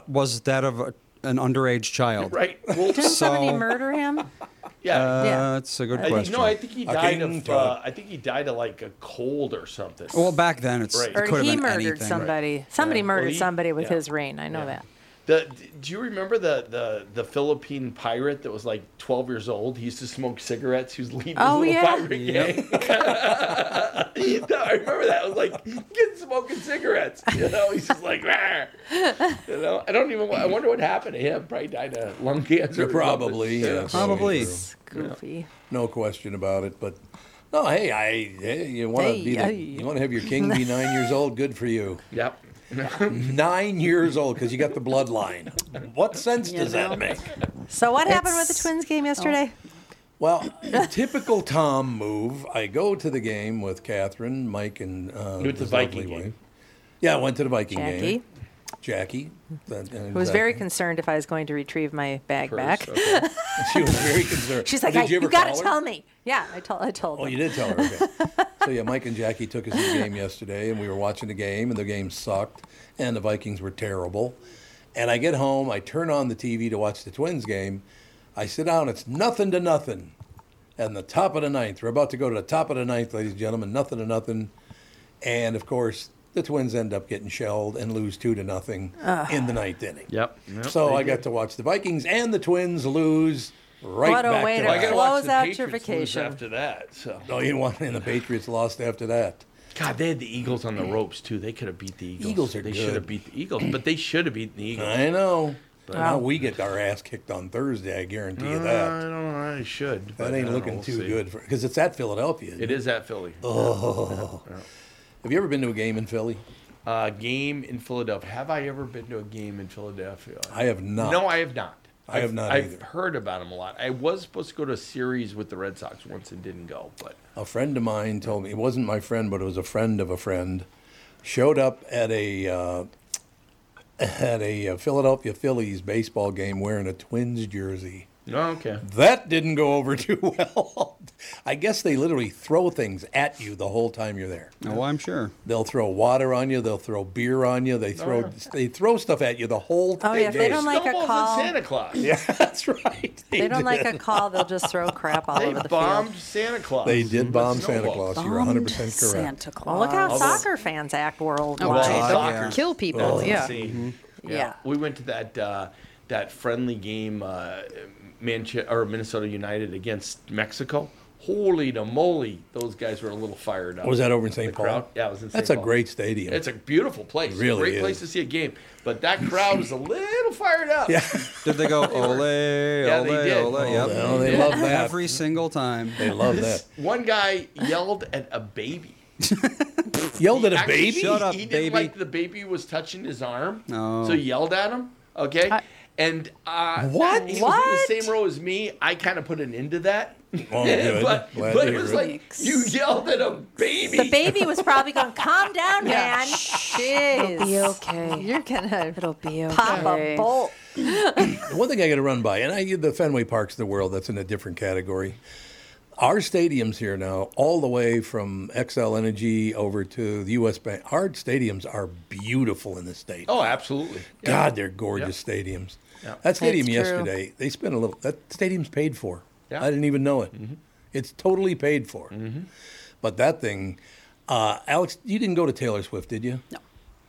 E: was that of a, an underage child.
D: Right. Well,
C: Didn't somebody
E: So-
C: murder him?
D: yeah.
E: Uh,
C: Yeah.
E: That's a good
D: I think,
E: question.
D: no, I think he
A: A
D: died
A: king
D: of.
A: to-
D: Uh, I think he died of like a cold or something.
E: well, back then it's
D: Right.
E: it
C: Or
E: could have
C: he
E: been
C: murdered
E: anything.
C: somebody. Somebody
D: Yeah. Well,
C: murdered
D: he-
C: somebody with
D: yeah.
C: his reign. I know that.
D: The, do you remember the, the the Philippine pirate that was like 12 years old? He used to smoke cigarettes. He was leading his
C: Oh,
D: little
C: yeah.
D: pirate gang. No, I remember that. I was like, get smoking cigarettes. You know, he's just like, "Rah." you know, I don't even. I wonder what happened to him. Probably died of lung cancer. or
A: Probably,
D: something.
A: yeah.
E: Probably.
C: Goofy.
A: No question about it. But no, hey, I, hey, you want to
C: Hey,
A: be the,
C: hey.
A: you want to have your king be nine years old? Good for you.
D: Yep.
A: Nine years old because you got the bloodline. What sense does that make?
C: So what happened with the Twins game yesterday?
A: Well, typical Tom move. I go to the game with Catherine, Mike, and uh,
D: went to
A: his
D: the Viking
A: lovely
D: game.
A: wife. Yeah, I went to the Viking
C: Jackie,
A: game. Jackie, that,
C: who was very concerned if I was going to retrieve my bag back.
D: Okay.
A: She was very concerned.
C: She's like,
A: Did
C: I, you,
A: ever
C: got
A: call
C: to
A: her?
C: tell me. Yeah, I told. I told.
A: Oh,
C: them.
A: you did tell her. Okay. so yeah, Mike and Jackie took us to the game yesterday, and we were watching the game, and the game sucked, and the Vikings were terrible. And I get home, I turn on the TV to watch the Twins game. I sit down, it's nothing to nothing. And the top of the ninth, we're about to go to the top of the ninth, ladies and gentlemen, nothing to nothing. And of course, the Twins end up getting shelled and lose two to nothing in the ninth inning.
D: Yep. Yep,
A: so
D: they
A: I got
D: did.
A: to watch the Vikings and the Twins lose right
C: What a
A: back
C: way
A: to
C: to
D: Well, I
A: back.
D: got to
C: Close
D: watch the
C: out
D: Patriots
C: your
D: lose
C: vacation.
D: after that. So.
A: No, Oh, you won, and the Patriots lost after that.
D: God, they had the Eagles on the ropes too. They could have beat the Eagles.
A: Eagles are
D: They should have
A: good.
D: beat the Eagles, but they should have beaten the Eagles.
A: I know.
D: But
A: Now we get our ass kicked on Thursday. I guarantee you
D: Uh, I
A: that.
D: don't know. I should. but
A: That
D: I don't
A: ain't
D: know,
A: looking
D: we'll
A: too
D: see.
A: good because it's at Philadelphia.
D: It is at Philly.
A: Have you ever been to a game in Philly?
D: Uh, game in Philadelphia. Have I ever been to a game in Philadelphia?
A: I have not.
D: No, I have not.
A: I have
D: I've-
A: not
D: I've
A: either.
D: heard about them a lot. I was supposed to go to a series with the Red Sox once and didn't go, but
A: A friend of mine told me it wasn't my friend, but it was a friend of a friend. Showed up at a uh, at a uh, Philadelphia Phillies baseball game wearing a Twins jersey.
D: oh, okay.
A: That didn't go over too well. I guess they literally throw things at you the whole time you're there.
E: Oh, I'm sure.
A: They'll throw water on you. They'll throw beer on you. They throw
D: Oh,
A: they throw stuff at you the whole time.
C: Oh, yeah, if they don't like a
D: Snowballs and
C: call-
D: Santa Claus.
A: Yeah, that's right.
C: They don't like
A: did.
C: a call, they'll just throw crap all
D: They
C: over the
D: bombed
C: field.
D: Santa Claus.
A: They did
D: with
A: bomb Santa
D: snowballs.
A: Claus. You're 100 percent correct.
B: Santa Claus.
C: Well, look how
D: Although-
C: soccer fans act worldwide.
B: Well,
D: God,
B: don't
D: yeah.
B: kill people.
D: That's
B: yeah.
D: insane.
A: Mm-hmm.
D: Yeah.
C: Yeah.
D: We went to that uh, that friendly game, uh, Manche- or Minnesota United against Mexico. Holy to moly, those guys were a little fired up.
A: Was that over in
D: The
A: St. Paul?
D: crowd- Yeah, it was in St.
A: That's a
D: Paul.
A: great stadium.
D: It's a beautiful place.
A: Really
D: Great place
A: is.
D: to see a game. But that crowd was a little fired up.
A: yeah.
E: Did they go ole,
D: Yeah,
E: ole,
D: they did.
E: ole? Yep.
A: Well, they love that.
E: Every single time.
A: They love that.
D: One guy yelled at a baby.
A: Yelled at a
D: Actually,
A: baby.
E: Shut up,
D: he didn't
E: baby.
D: like the baby was touching his arm.
E: No.
A: Oh.
D: So he yelled at him. Okay. and uh,
A: What?
D: He was
C: What?
D: in the same row as me. I kind of put an end to that.
A: Oh, good.
D: but
A: Glad
D: but
A: to
D: it
A: hear
D: was like you yelled at a baby.
C: The baby was probably going, calm down, man. Jeez. It'll be okay. You're going to
F: It'll be okay.
C: pop
B: okay.
C: a bolt.
A: The one thing I got to run by, and I the Fenway Parks of the world. That's in a different category. Our stadiums here now, all the way from XL Energy over to the U.S. Bank. Our stadiums are beautiful in the state.
D: oh, absolutely.
A: God, they're gorgeous stadiums. That
D: That's
A: stadium
C: true.
A: yesterday, they spent a little. That stadium's paid for.
D: Yeah. Mm-hmm.
A: I didn't even know it. It's totally paid for. But that thing, uh, Alex, you didn't go to Taylor Swift, did you? No.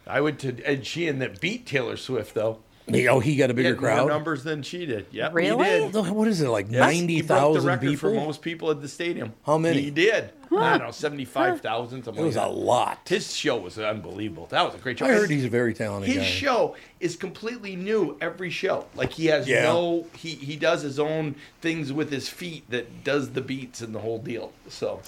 D: I went to Ed Sheehan that beat Taylor Swift though.
A: oh, he got a
D: He
A: bigger
D: had more
A: crowd.
D: numbers than she did. Yeah,
C: Really?
D: He did.
A: No, What is it like?
D: Yes,
A: Ninety
D: He broke the
A: thousand
D: record
A: people.
D: for most people at the stadium.
A: How many?
D: He did. I don't know, 75,000, something
A: it was
D: like
A: a
D: that.
A: lot.
D: His show was unbelievable. That was a great show.
A: I heard he's a very talented
D: His
A: guy.
D: show is completely new every show. Like he has
A: Yeah.
D: no he he does his own things with his feet that does the beats and the whole deal. So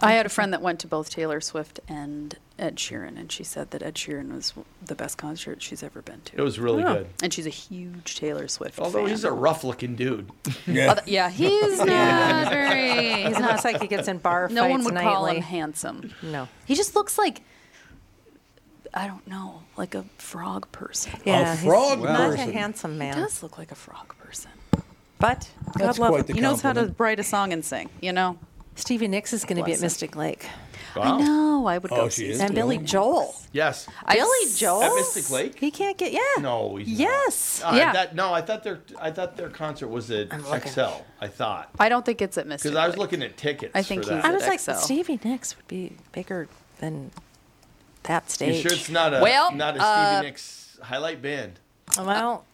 B: I had a friend that went to both Taylor Swift and Ed Sheeran, and she said that Ed Sheeran was the best concert she's ever been
D: it
B: to.
D: was really good.
B: And she's a huge Taylor Swift
D: Although
B: fan.
D: he's a rough looking dude.
A: Yeah.
B: Although- yeah, he's not very. He's
C: It's
B: not.
C: not like he gets in bar
B: No
C: fights
B: one would
C: nightly.
B: call him handsome.
C: No.
B: He just looks like I don't know, like a frog person.
C: Yeah, he's
A: frog
C: not
A: person.
C: a handsome
B: He
C: man.
B: does look like a frog person.
C: But God
A: That's
C: love
A: quite
C: him.
A: the
B: he knows how to
A: compliment.
B: write a song and sing. You know.
C: Stevie Nicks is going to be
B: Bless
C: at
B: him.
C: Mystic Lake.
B: I know. I would
A: Oh,
B: go
A: she
B: see.
A: is?
B: him.
C: And Billy Joel.
D: Yes.
C: Billy
B: Oh.
C: Joel?
D: At Mystic Lake?
C: He can't get, yeah.
D: No, he's not.
C: Yes.
D: Uh,
B: Yeah.
D: that- no, I thought their I thought their concert was at XL. I thought.
B: I don't think it's at Mystic.
D: Because I was
B: Lake.
D: looking at tickets.
B: I think
D: for that.
B: he's
C: I was like,
B: XL.
C: Stevie Nicks would be bigger than that
D: You
C: stage.
D: sure it's not a
B: Well,
D: not a Stevie
B: uh,
D: Nicks highlight band?
C: Well,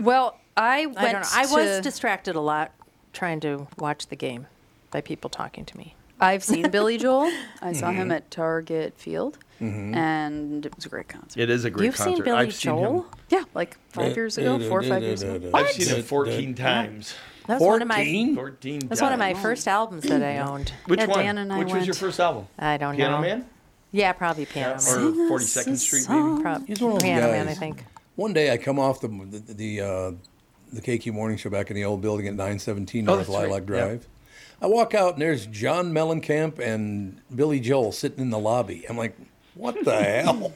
B: Well, I went.
C: I don't know. I was
B: to-
C: distracted a lot trying to watch the game by people talking to me.
B: I've seen Billy Joel. I saw
A: Mm-hmm.
B: him at Target Field, and it was a great concert.
D: It is a great
C: You've seen Billy Joel?
B: Yeah, like five years ago, four or five years ago.
D: I've seen him 14 times.
C: That was one of my.
A: 14?
D: 14 times.
C: That's one of my first albums that I owned.
D: Which
B: Yeah,
D: one?
B: Dan and I
D: Which was your
B: went.
D: first album?
C: I don't
D: Piano
C: know.
D: Man?
C: Yeah, probably Piano Man.
D: Or 42nd Street, maybe?
C: Prob-
A: He's one of those
C: Piano
A: guys.
C: Man, I think.
A: One day I come off the the the, uh, the KQ morning show back in the old building at 917
D: Oh,
A: North
D: that's right.
A: Lilac
D: Yeah.
A: Drive. I walk out and there's John Mellencamp and Billy Joel sitting in the lobby. I'm like, what the hell?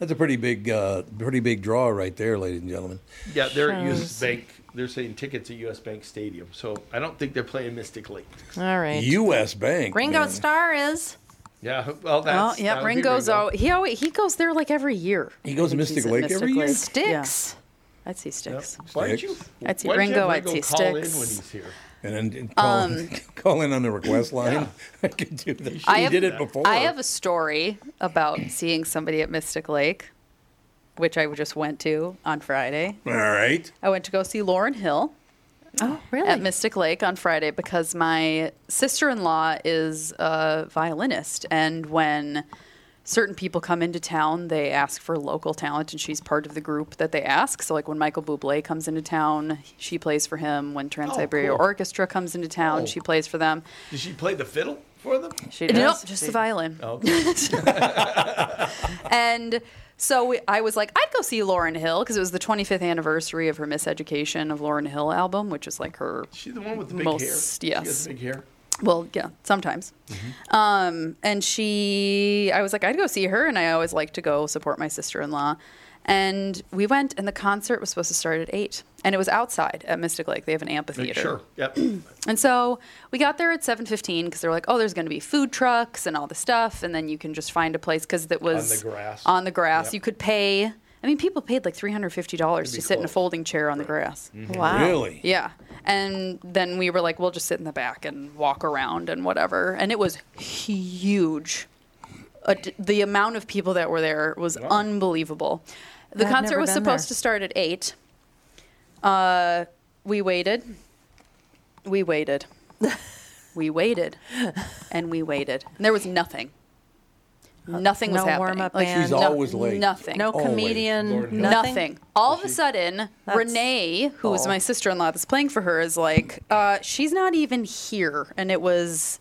A: That's a pretty big uh, pretty big draw right there, ladies and gentlemen.
D: Yeah, they're at US Bank. They're saying tickets at US Bank Stadium. So I don't think they're playing Mystic Lake.
C: All right.
A: U.S. Bank.
C: Ringo
A: man.
C: Starr is.
D: Yeah, well,
B: Oh,
D: that's. uh,
B: yeah,
D: that would be
B: Ringo's
D: Ringo.
B: out. He always, he goes there like every year.
A: He goes to
B: I think he's
A: Mystic
B: at
A: Lake every year?
B: Yeah.
C: Sticks.
B: I'd see Sticks.
D: Why'd you?
B: I'd see
D: why'd you
B: Ringo,
D: have
B: I'd see
D: call in
B: Styx.
D: when he's here.
A: And then and call, call in on the request line. I could do that. He
B: have-
A: did it before.
B: um, I have a story about seeing somebody at Mystic Lake, which I just went to on Friday.
A: All right.
B: I went to go see Lauren Hill.
C: Oh, really?
B: at Mystic Lake on Friday because my sister in law is a violinist. And when certain people come into town, they ask for local talent, and she's part of the group that they ask. So, like when Michael Bublé comes into town, she plays for him. When Trans Siberia
D: Oh, cool.
B: Orchestra comes into town,
D: Oh.
B: she plays for them.
D: Did she play the fiddle for them?
C: She
B: Nope,
C: does.
B: just
C: She-
B: the violin.
D: Okay.
B: And so we, I was like, I'd go see Lauren Hill because it was the 25th anniversary of her Miseducation of Lauren Hill album, which is like her
D: She's the one with the big hair.
B: Most,
D: She got the
B: yes.
D: big Mm-hmm. hair.
B: Well, yeah, sometimes. Um, and she, I was like, I'd go see her, and I always like to go support my sister in law. And we went, and the concert was supposed to start at eight, and it was outside at Mystic Lake. They have an
D: Make
B: amphitheater.
D: sure. Yep.
B: And so we got there at seven fifteen because they're like, oh, there's going to be food trucks and all the stuff, and then you can just find a place because that was
D: the grass.
B: On the grass,
D: Yep.
B: you could pay. I mean, people paid like three hundred fifty dollars to sit in a
D: close. Mm-hmm.
B: folding chair on the grass.
C: Wow.
A: Really?
B: Yeah. And then we were like, we'll just sit in the back and walk around and whatever. And it was huge. Uh, d- the amount of people that were there was unbelievable. The
C: I've
B: concert
C: never
B: was
C: been
B: supposed
C: there.
B: to start at 8. Uh, we waited. We waited. we waited. And we waited. And there was nothing. Nothing was
C: No
B: happening.
C: warm-up
B: Like,
C: She's
B: no-
A: always late.
B: Nothing.
C: No
A: Always.
C: comedian.
D: Lord knows.
C: nothing.
B: Nothing. All of a sudden, Renee, who is
C: Oh.
B: my sister in law that's playing for her, is like, uh, she's not even here. And it was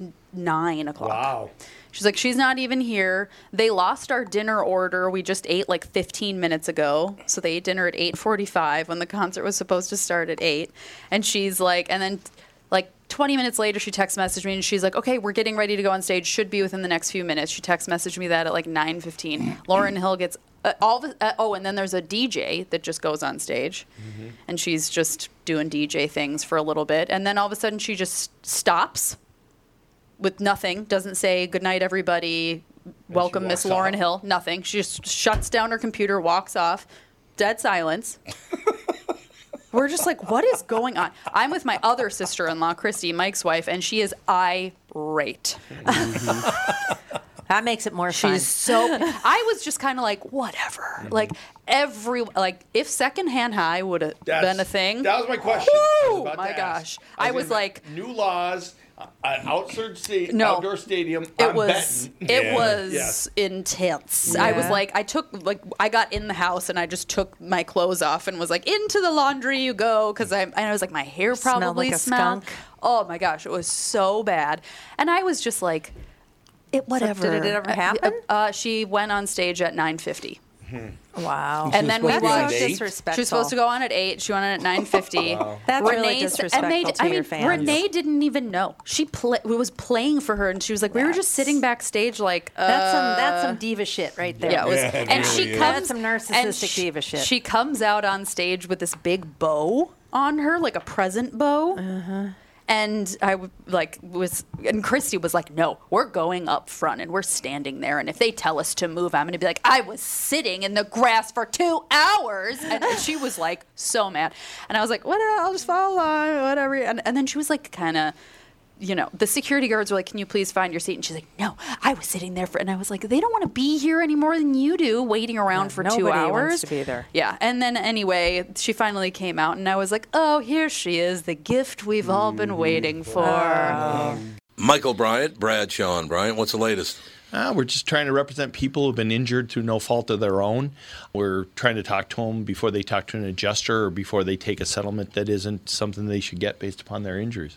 B: n- nine o'clock.
D: Wow.
B: She's like, she's not even here. They lost our dinner order. We just ate like 15 minutes ago. So they ate dinner at 8:45 when the concert was supposed to start at 8. And she's like, and then like 20 minutes later, she text messaged me and she's like, okay, we're getting ready to go on stage. Should be within the next few minutes. She text messaged me that at like 9:15. Lauren Hill gets uh, all the uh, oh, and then there's a DJ that just goes on stage, and she's just doing DJ things for a little bit, and then all of a sudden she just stops with nothing, doesn't say good night everybody, welcome Miss
D: walks
B: Lauren
D: off.
B: Hill, nothing. She just shuts down her computer, walks off, dead silence. We're just like, what is going on? I'm with my other sister-in-law, Christy, Mike's wife, and she is irate.
C: That makes it more fun.
B: She's so. I was just kind of like, whatever.
D: Mm-hmm.
B: Like every, like if secondhand high would have
D: That's-
B: been a thing.
D: That was my question. I was
B: Woo!
D: about
B: My
D: to ask.
B: gosh. I was
D: gonna-
B: like-
D: new laws, uh, an outdoor, sta-
B: No.
D: outdoor stadium.
B: It
D: I'm
B: was
D: betting.
B: it
A: Yeah.
B: was
D: Yes.
B: intense. I was
C: Yeah.
B: like I took like I got in the house and I just took my clothes off and was like into the laundry you go cuz I and I was like my hair
C: smelled
B: probably
C: like a
B: smelled.
C: skunk.
B: Oh my gosh, it was so bad. And I was just like it whatever.
C: did it ever
B: Uh,
C: happen?
B: Uh, she went on stage at 9:50.
C: wow.
B: And then we
A: supposed to go on
C: that's
B: watched
C: so
A: date?
C: disrespectful.
B: She was supposed to go on at eight. She went on at nine fifty.
C: That's really
B: And
C: disrespectful
B: they,
C: to
B: I
C: your
B: mean,
C: fans.
B: Renee didn't even know. She play, we was playing for her, and she was like, we were just sitting backstage, like. Uh,
C: That's some that's some diva shit right there.
B: yeah, it was,
A: Yeah, it
B: and
A: really
B: she
A: is.
B: comes
C: That's some narcissistic
B: and sh-
C: diva shit.
B: She comes out on stage with this big bow on her, like a present bow.
C: Uh-huh.
B: And I w- like was, and Christy was like, "No, we're going up front, and we're standing there. And if they tell us to move, I'm going to be like, I was sitting in the grass for two hours." And she was like, so mad. And I was like, "What? I'll just follow along, whatever." And, and then she was like, kind of, you know, the security guards were like, "Can you please find your seat?" And she's like, "No, I was sitting there for," and I was like, "They don't want to be here any more than you do, waiting around for two
C: nobody
B: hours."
C: wants to be there.
B: Yeah. And then anyway, she finally came out, and I was like, oh, here she is, the gift we've all
C: Mm-hmm.
B: been waiting for.
F: Michael Bryant, Brad Sean Bryant, what's the latest?
D: Uh, we're just trying to represent people who've been injured through no fault of their own. We're trying to talk to them before they talk to an adjuster or before they take a settlement that isn't something they should get based upon their injuries.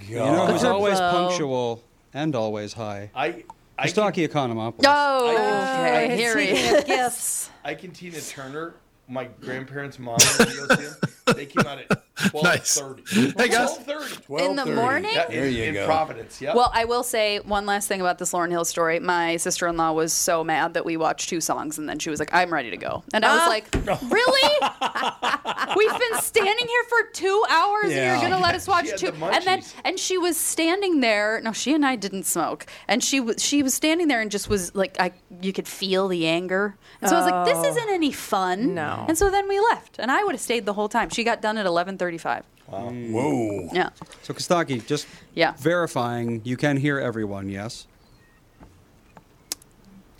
E: You know who's always
B: Hello.
E: punctual and always high?
D: I I can,
E: Kostaki Economopoulos.
B: Oh,
D: I-
B: okay. Here he
C: Speaking of gifts,
D: I can Tina Turner. My grandparents' mom. when we go see 'em, they came out at twelve thirty.
F: Hey, guys.
D: Twelve thirty.
B: In the
A: 12:30.
B: morning?
D: Yeah,
A: There
D: in,
A: you
D: in
A: go.
D: Providence, yeah.
B: Well, I will say one last thing about this Lauren Hill story. My sister in law was so mad that we watched two songs and then she was like, I'm ready to go. And I was like, Really? We've been standing here for two hours
A: Yeah.
B: and you're going to let us watch
D: had
B: two.
D: the
B: and then,
D: munchies.
B: and she was standing there. No, she and I didn't smoke. And she was, she was standing there and just was like, I, you could feel the anger. And so I was like, this isn't any fun.
C: No.
B: And so then we left and I would have stayed the whole time. She got done at 1135.
A: Whoa.
B: Yeah.
E: So Kostaki, just
B: Yeah.
E: verifying you can hear everyone, yes?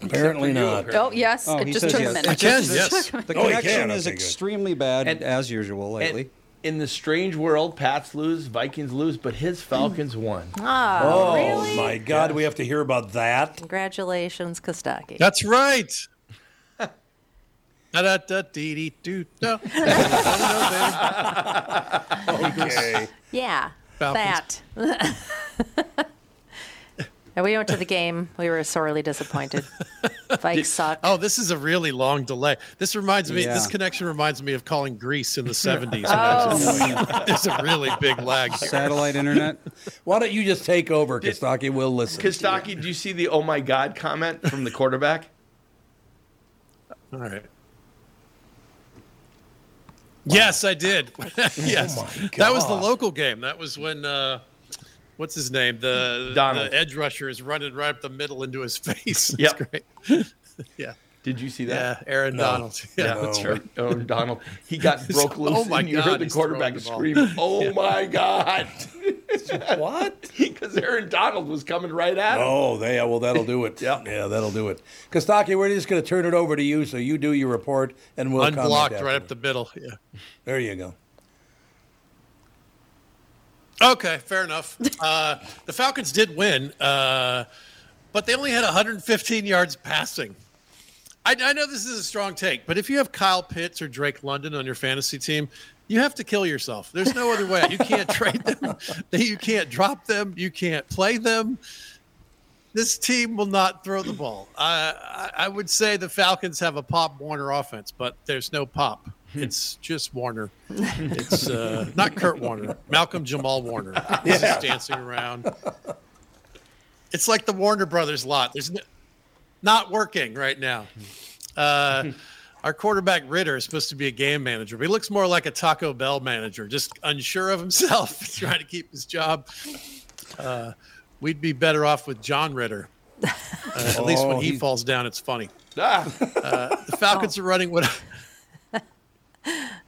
A: Apparently
D: you,
A: not.
D: apparently.
B: Oh, yes.
E: Oh,
B: it
E: he
B: just
E: says
B: took a
E: yes.
B: minute.
E: I
F: can, yes.
E: The
A: Oh, he can?
E: connection is
A: Okay, good.
E: extremely bad
D: And-
E: as usual lately.
D: And in the strange world, Pats lose, Vikings lose, but his Falcons won.
A: Oh my God, we have to hear about that.
C: congratulations, Kostaki.
G: That's right. da da da dee dee doo da.
A: Okay.
C: Yeah,
G: Falcons.
C: that. and we went to the game. We were sorely disappointed. Vikes suck.
G: Oh, this is a really long delay. This reminds me. This
E: Yeah.
G: connection reminds me of calling Greece in the '70s. oh. It's a really big lag. here.
E: Satellite internet.
A: Why don't you just take over, Kostaki? We'll listen.
D: Kostaki, do you see the "Oh my God" comment from the quarterback?
G: All right. Yes, I did. yes, that was the local game. That was when uh, what's his name, the,
D: Donald.
G: the edge rusher, is running right up the middle into his face. That's
D: Yep.
G: great. yeah,
D: Did you see
G: yeah,
D: that?
G: Aaron Donald. Yeah, that's right.
D: Oh, Donald, he got broke loose.
G: "Oh my
D: and you
G: God,"
D: heard the
G: he's throwing
D: quarterback
G: the ball.
D: scream, "Oh my God!" what? Because Aaron Donald was coming right at him.
A: Oh, they, yeah, well, that'll do it.
D: Yep.
A: Yeah, that'll do it. Kostaki, we're just going to turn it over to you so you do your report and we'll comment
G: Unblocked right up
A: afterward.
G: the middle. Yeah.
A: There you go.
G: Okay, fair enough. Uh, the Falcons did win, uh, but they only had 115 yards passing. I, I know this is a strong take, but if you have Kyle Pitts or Drake London on your fantasy team, you have to kill yourself. There's no other way. You can't trade them. You can't drop them. You can't play them. This team will not throw the ball. I, I, I would say the Falcons have a Pop Warner offense, but there's no Pop. It's just Warner. It's uh, not Kurt Warner, Malcolm Jamal Warner. He's just dancing around. It's like the Warner Brothers lot. There's no, not working right now. Uh, our quarterback Ritter is supposed to be a game manager, but he looks more like a Taco Bell manager, just unsure of himself, trying to keep his job. Uh, we'd be better off with John Ritter. Uh, at least when
A: Oh,
G: he
A: he's-
G: falls down, it's funny. Uh,
D: Ah,
G: The Falcons are running what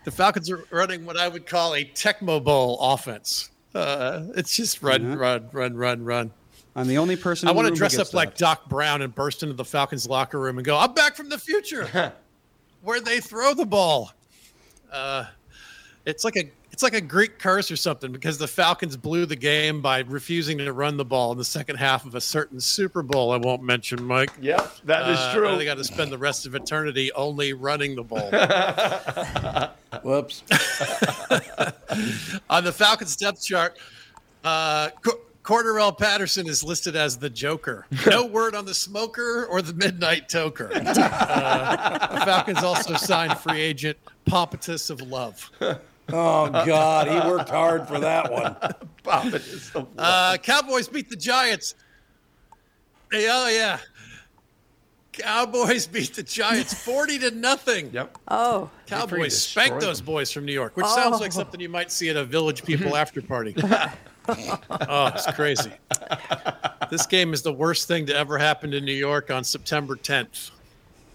G: the Falcons are running what I would call a Tecmo Bowl offense. Uh, it's just run, run, run, run, run.
E: I'm the only person.
G: I
E: in the
G: want to
E: room who
G: dress
E: gets
G: up like
E: that.
G: Doc Brown and burst into the Falcons locker room and go, "I'm back from the future," where they throw the ball. Uh, it's like a it's like a Greek curse or something because the Falcons blew the game by refusing to run the ball in the second half of a certain Super Bowl. I won't mention, Mike.
D: yep, that is
G: Uh,
D: true.
G: They got to spend the rest of eternity only running the ball.
A: Whoops.
G: On the Falcons depth chart, uh, Cor- Corderell Patterson is listed as the Joker. No word on the smoker or the midnight toker. Uh, the Falcons also signed free agent Pompetus of Love.
A: Oh God, he worked hard for that one.
D: Bob, it is the worst.
G: Uh, Cowboys beat the Giants. Hey, oh yeah. Cowboys beat the Giants 40 to nothing.
D: yep.
C: Oh,
D: pretty
G: Cowboys
D: destroyed
G: spanked those
D: them.
G: boys from New York, which sounds like something you might see at a Village People after party. oh, it's crazy. This game is the worst thing to ever happen to New York on September 10th.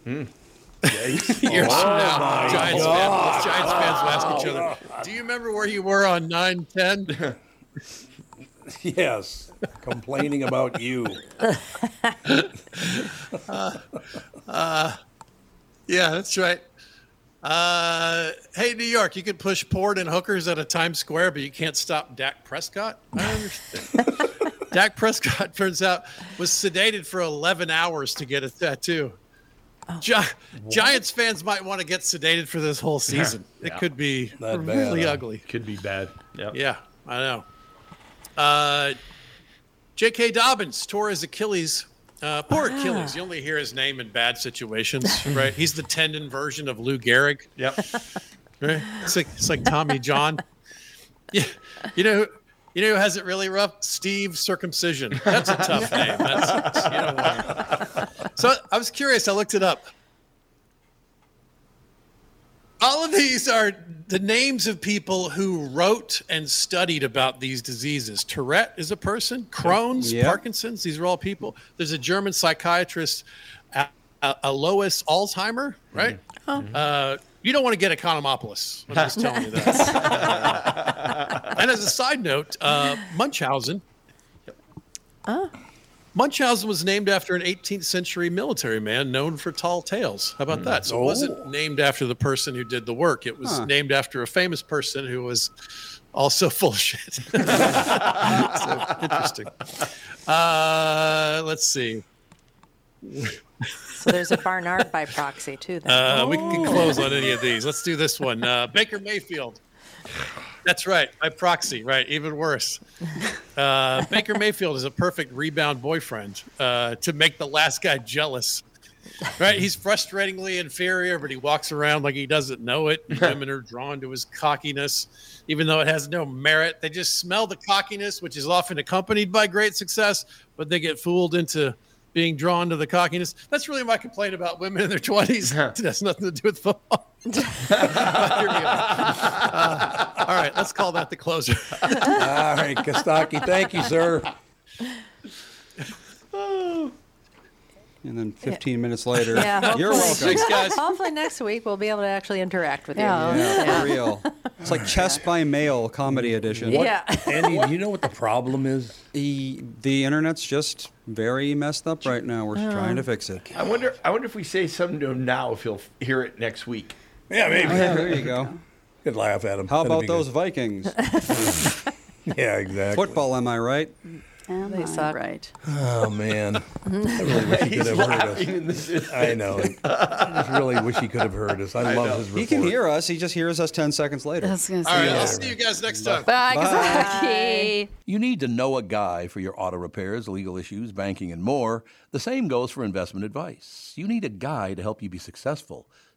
D: Hmm. Oh,
G: Years from now, Giants, fans, Giants fans will ask each other, "Do you remember where you were on 9-10?
A: Yes, complaining about you.
G: yeah, that's right. Uh, hey, New York, you could push porn and hookers out of Times Square, but you can't stop Dak Prescott. I don't understand. Dak Prescott turns out was sedated for 11 hours to get a tattoo. Gi- Giants fans might want to get sedated for this whole season.
D: Yeah.
G: It could be
A: Not bad,
G: really
A: huh?
G: ugly.
D: Could be bad. Yep.
G: Yeah, I know. Uh, J.K. Dobbins tore his Achilles. Uh, poor
D: Ah.
G: Achilles. You only hear his name in bad situations, right? He's the tendon version of Lou Gehrig.
D: Yep.
G: Right? It's like it's like Tommy John. Yeah, you know, who- you know who has it really rough? Steve Circumcision. That's a tough name. That's, you don't want it. So I was curious. I looked it up. All of these are the names of people who wrote and studied about these diseases. Tourette is a person. Crohn's,
E: Yeah.
G: Parkinson's. These are all people. There's a German psychiatrist, A- A- Alois Alzheimer, right? Uh, you don't want to get economopolis. I'm just telling you that. and as a side note, uh, Munchausen. Munchausen was named after an 18th century military man known for tall tales. How about that? So it wasn't named after the person who did the work. It was named after a famous person who was also full of shit. so, interesting. Uh, let's see.
C: so there's a Barnard by proxy too. Then.
G: Uh, We can close on any of these. Let's do this one. Uh, Baker Mayfield. That's right, by proxy. Right, even worse. Uh, Baker Mayfield is a perfect rebound boyfriend uh, to make the last guy jealous. Right, he's frustratingly inferior, but he walks around like he doesn't know it. Women are drawn to his cockiness, even though it has no merit. They just smell the cockiness, which is often accompanied by great success, but they get fooled into being drawn to the cockiness. That's really my complaint about women in their twenties. it has nothing to do with football. But here we are. Uh, all right, let's call that the closer.
A: All right, Kostaki, thank you, sir.
E: And then 15 minutes later,
C: Yeah, hopefully.
E: you're welcome.
G: Thanks, guys.
C: Hopefully next week we'll be able to actually interact with you.
B: Yeah.
E: Yeah, for real. It's like chess by mail comedy edition.
C: Yeah.
A: Andy, do you know what the problem is?
E: The, the internet's just very messed up right now. We're
C: Uh.
E: trying to fix it.
D: I wonder. I wonder if we say something to him now, if he'll f- hear it next week.
A: Yeah, maybe.
E: Yeah, there you go.
A: Could laugh at him.
E: How
A: That'd
E: about
A: be
E: those
A: good.
E: Vikings?
A: Yeah, exactly.
E: Football, am I right?
B: Am
C: They
B: I
C: suck.
B: Right.
A: Oh man, I really wish he could have heard
D: Laughing
A: us.
D: in the-
A: I know. I just really wish he could have heard us. I, love his report.
E: He can hear us. He just hears us 10 seconds later.
B: I was gonna say.
G: All right, I'll see you guys next time.
B: Bye, Kazaki.
A: You need to know a guy for your auto repairs, legal issues, banking, and more. The same goes for investment advice. You need a guy to help you be successful,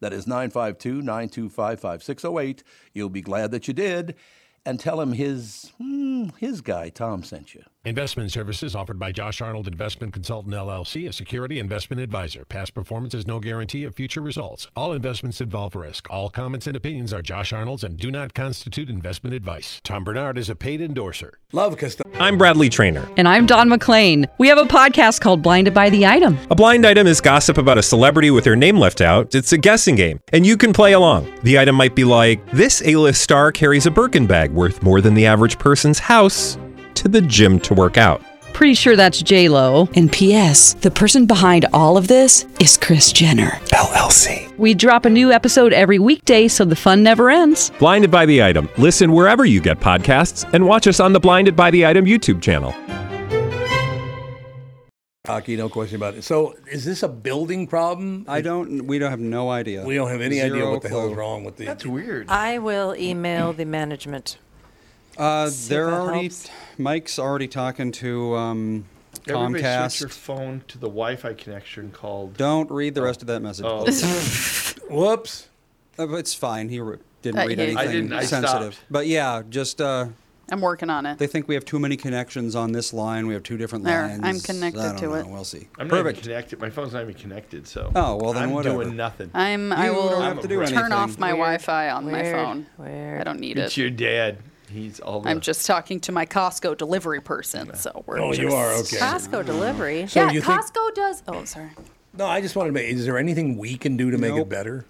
A: That is 952 925 5608. You'll be glad that you did, and tell him his, hmm, his guy, Tom, sent you.
H: Investment services offered by Josh Arnold Investment Consultant LLC, a security investment advisor. Past performance is no guarantee of future results. All investments involve risk. All comments and opinions are Josh Arnold's and do not constitute investment advice. Tom Bernard is a paid endorser.
A: Love Costa.
I: I'm Bradley Trainer.
J: And I'm Don McClain. We have a podcast called Blinded by the Item.
I: A blind item is gossip about a celebrity with their name left out. It's a guessing game, and you can play along. The item might be like this: A-list star carries a Birkin bag worth more than the average person's house to the gym to work out.
J: Pretty sure that's J Lo. And P.S. The person behind all of this is Chris Jenner LLC. We drop a new episode every weekday, so the fun never ends.
I: Blinded by the Item. Listen wherever you get podcasts and watch us on the Blinded by the Item YouTube channel.
A: Hockey, no question about it. So, is this a building problem?
E: I don't. We don't have no idea.
A: We don't have any idea
E: Zero
A: what the hell is
E: clue.
A: wrong with the. That's
D: weird.
C: I will email the management.
E: Uh,
C: See if
E: they're
C: that
E: already.
C: helps.
E: Mike's already talking to um,
D: Everybody switch
E: Comcast.
D: your phone to the Wi-Fi connection called.
E: Don't read the rest of that message.
D: Oh,
E: please.
A: Whoops.
E: Uh, but it's fine. He re-
B: Uh,
E: didn't read
B: yeah,
E: anything
B: I
D: didn't, I
E: sensitive.
D: stopped.
E: But yeah, just uh,
B: I'm working on it.
E: they think we have too many connections on this line. We have two different
B: There,
E: lines.
B: I'm connected
E: I don't
B: to
E: know.
B: it.
E: We'll see.
D: I'm not
E: Perfect.
D: even connected. My phone's not even connected, so.
E: Oh, well, then
D: I'm
E: whatever.
D: doing nothing.
B: I'm. I
E: You
B: will
E: don't have to do
B: turn
E: anything.
B: off my Wi-Fi on my
C: Weird.
B: phone. I don't need
D: It's
B: it.
D: your dad. He's all. The,
B: I'm just talking to my Costco delivery person. So we're.
A: Oh,
B: just,
A: you are okay.
C: Costco delivery.
A: So
B: yeah,
A: you think-
B: Costco does. Oh, sorry.
A: No, I just wanted to make. Is there anything we can do to make it
E: Nope.
A: better?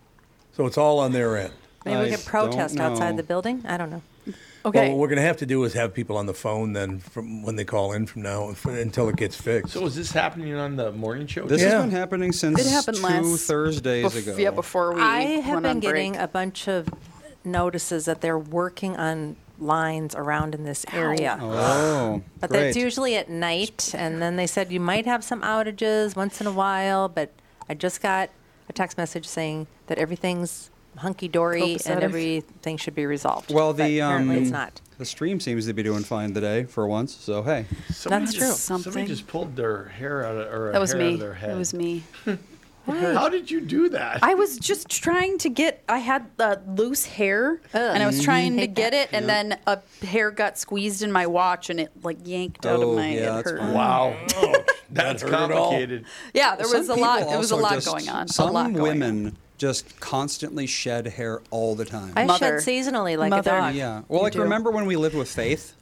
A: So it's all on their end.
C: Maybe we
E: I
C: could protest
E: don't
C: outside
E: know.
C: the building. I don't know.
A: Well,
B: Okay.
A: what we're going to have to do is have people on the phone then from when they call in from now f- until it gets fixed.
D: so is this happening on the morning show?
E: This
A: Yeah.
E: has been happening since
B: It happened
E: two
B: last-
E: Thursdays
B: Bef-
E: ago.
B: Yeah, before we.
C: I have
B: went
C: been
B: on break.
C: getting a bunch of notices that they're working on lines around in this area.
E: Oh,
C: But
E: great.
C: that's usually at night. And then they said you might have some outages once in a while. But I just got a text message saying that everything's hunky dory
B: Copacetic.
C: and everything should be resolved.
E: well,
C: But
E: the um,
C: apparently it's not.
E: the stream seems to be doing fine today for once. So hey,
D: Somebody
C: That's
D: just-
C: true.
D: Somebody
B: Something.
D: just pulled their hair out of, or
B: That was
D: hair out
B: me.
D: of their head.
B: It was me.
D: How did you do that?
B: I was just trying to get. I had uh, loose hair, and I was trying to
C: Hate
B: get
C: that.
B: it, and then a hair got squeezed in my watch, and it like yanked out
E: Oh,
B: of my.
E: yeah,
B: it
E: that's
B: hurt.
E: fine.
D: wow,
A: That
D: that's
A: hurt at all.
D: complicated.
B: Yeah, there was
E: Some
B: a lot.
E: people
B: There was a
E: also
B: lot
E: just-
B: going on.
E: Some
B: a lot going
E: women just constantly shed hair all the time.
C: I
B: Mother.
C: shed seasonally like
B: Mother.
C: a dog.
E: yeah. Well, like
B: do.
E: remember when we lived with Faith?
B: on.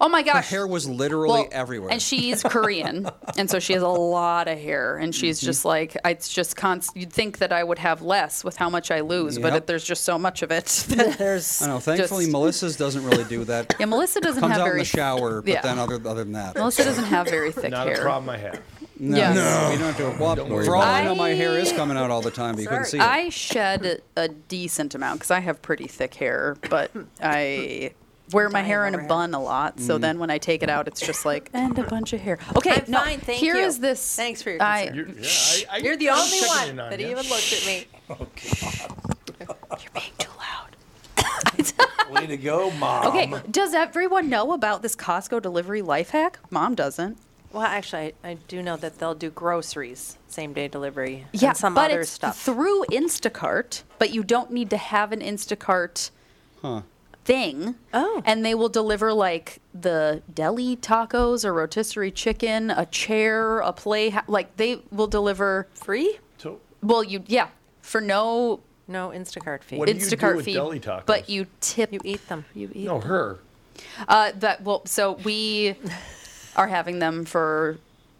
B: Oh my
E: Her
B: gosh.
E: hair was literally
B: Well,
E: everywhere.
B: And she's Korean, and so she has a lot of hair, and she's
E: Mm-hmm.
B: just like it's just constant. You'd think that I would have less with how much I lose, but
E: Yep.
B: it, there's just so much of it that there's.
E: I know. Thankfully,
B: just-
E: Melissa's doesn't really do that.
B: yeah, Melissa doesn't
E: Comes
B: have
E: out
B: very
E: in the shower, but
B: yeah.
E: then other other than that,
B: Melissa doesn't have very thick
D: Not
B: hair.
D: a problem I have.
E: no,
B: Yes.
E: we don't do it. Well,
D: worry
E: for all
B: about
E: I
B: it.
E: know, my hair is coming out all the time, but you couldn't see it.
B: I shed a decent amount because I have pretty thick hair, but I wear my hair in a bun a lot.
E: Mm.
B: So then when I take it out, it's just like and a bunch of hair. Okay,
C: I'm
B: no,
C: fine, thank
B: here
C: you.
B: is this.
C: Thanks for your
B: I-
C: concern.
D: You're, yeah, I, I,
C: You're the
D: I'm
C: only
D: checking
C: one
D: in on
C: that
D: ya.
C: even looked at me.
B: you're being too loud.
A: Way to go, mom.
D: um.
B: Okay, does everyone know about this Costco delivery life hack? Mom doesn't.
C: Well, actually, I, I do know that they'll do groceries same day delivery. and
B: Yeah,
C: some
B: but
C: other
B: it's
C: stuff.
B: through Instacart, but you don't need to have an Instacart thing.
C: Oh.
B: And they will deliver like the deli tacos or rotisserie chicken, a chair, a play. Like they will deliver free.
D: So,
B: Well, you yeah for no
C: no Instacart fee.
D: What do you do
B: Instacart
D: with
B: fee,
D: deli tacos?
B: but you tip.
C: you eat them.
B: you eat
D: no, her.
B: uh, that well, so we are having them for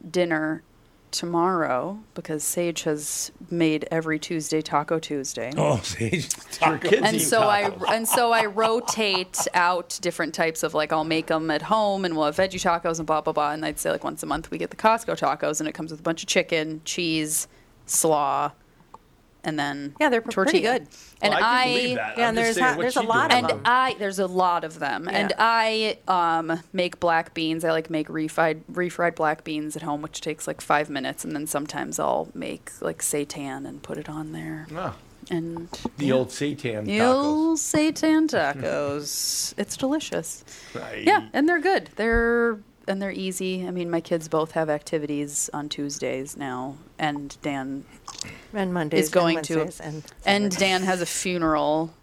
B: dinner tomorrow because Sage has made every Tuesday Taco Tuesday.
A: Oh, Sage.
D: Her kids
B: And
D: eat
B: so I
D: tacos.
B: and so I rotate out different types of like I'll make them at home and we'll have veggie tacos and blah blah blah and I'd say like once a month we get the Costco tacos and it comes with a bunch of chicken, cheese, slaw, and then
C: Yeah, they're pr-
B: tortilla.
C: pretty good.
B: And
D: Well, I, can believe that.
C: yeah,
D: I'm
C: and
D: just
C: there's
D: saying,
C: not-
D: what's
C: there's a
D: she
C: lot of
D: doing?
B: and I there's a lot of them, and
C: Yeah.
B: I um, make black beans. I like make refried refried black beans at home, which takes like five minutes, and then sometimes I'll make like seitan and put it on there.
D: Ah,
B: And
D: the old seitan
B: you'll seitan tacos. it's delicious.
D: tacos.
B: Yeah, and they're good. They're and they're easy. I mean, my kids both have activities on Tuesdays now, and Dan
C: And Mondays
B: is going
C: and
B: to
C: Wednesdays and,
B: and
C: Saturdays.
B: Dan has a funeral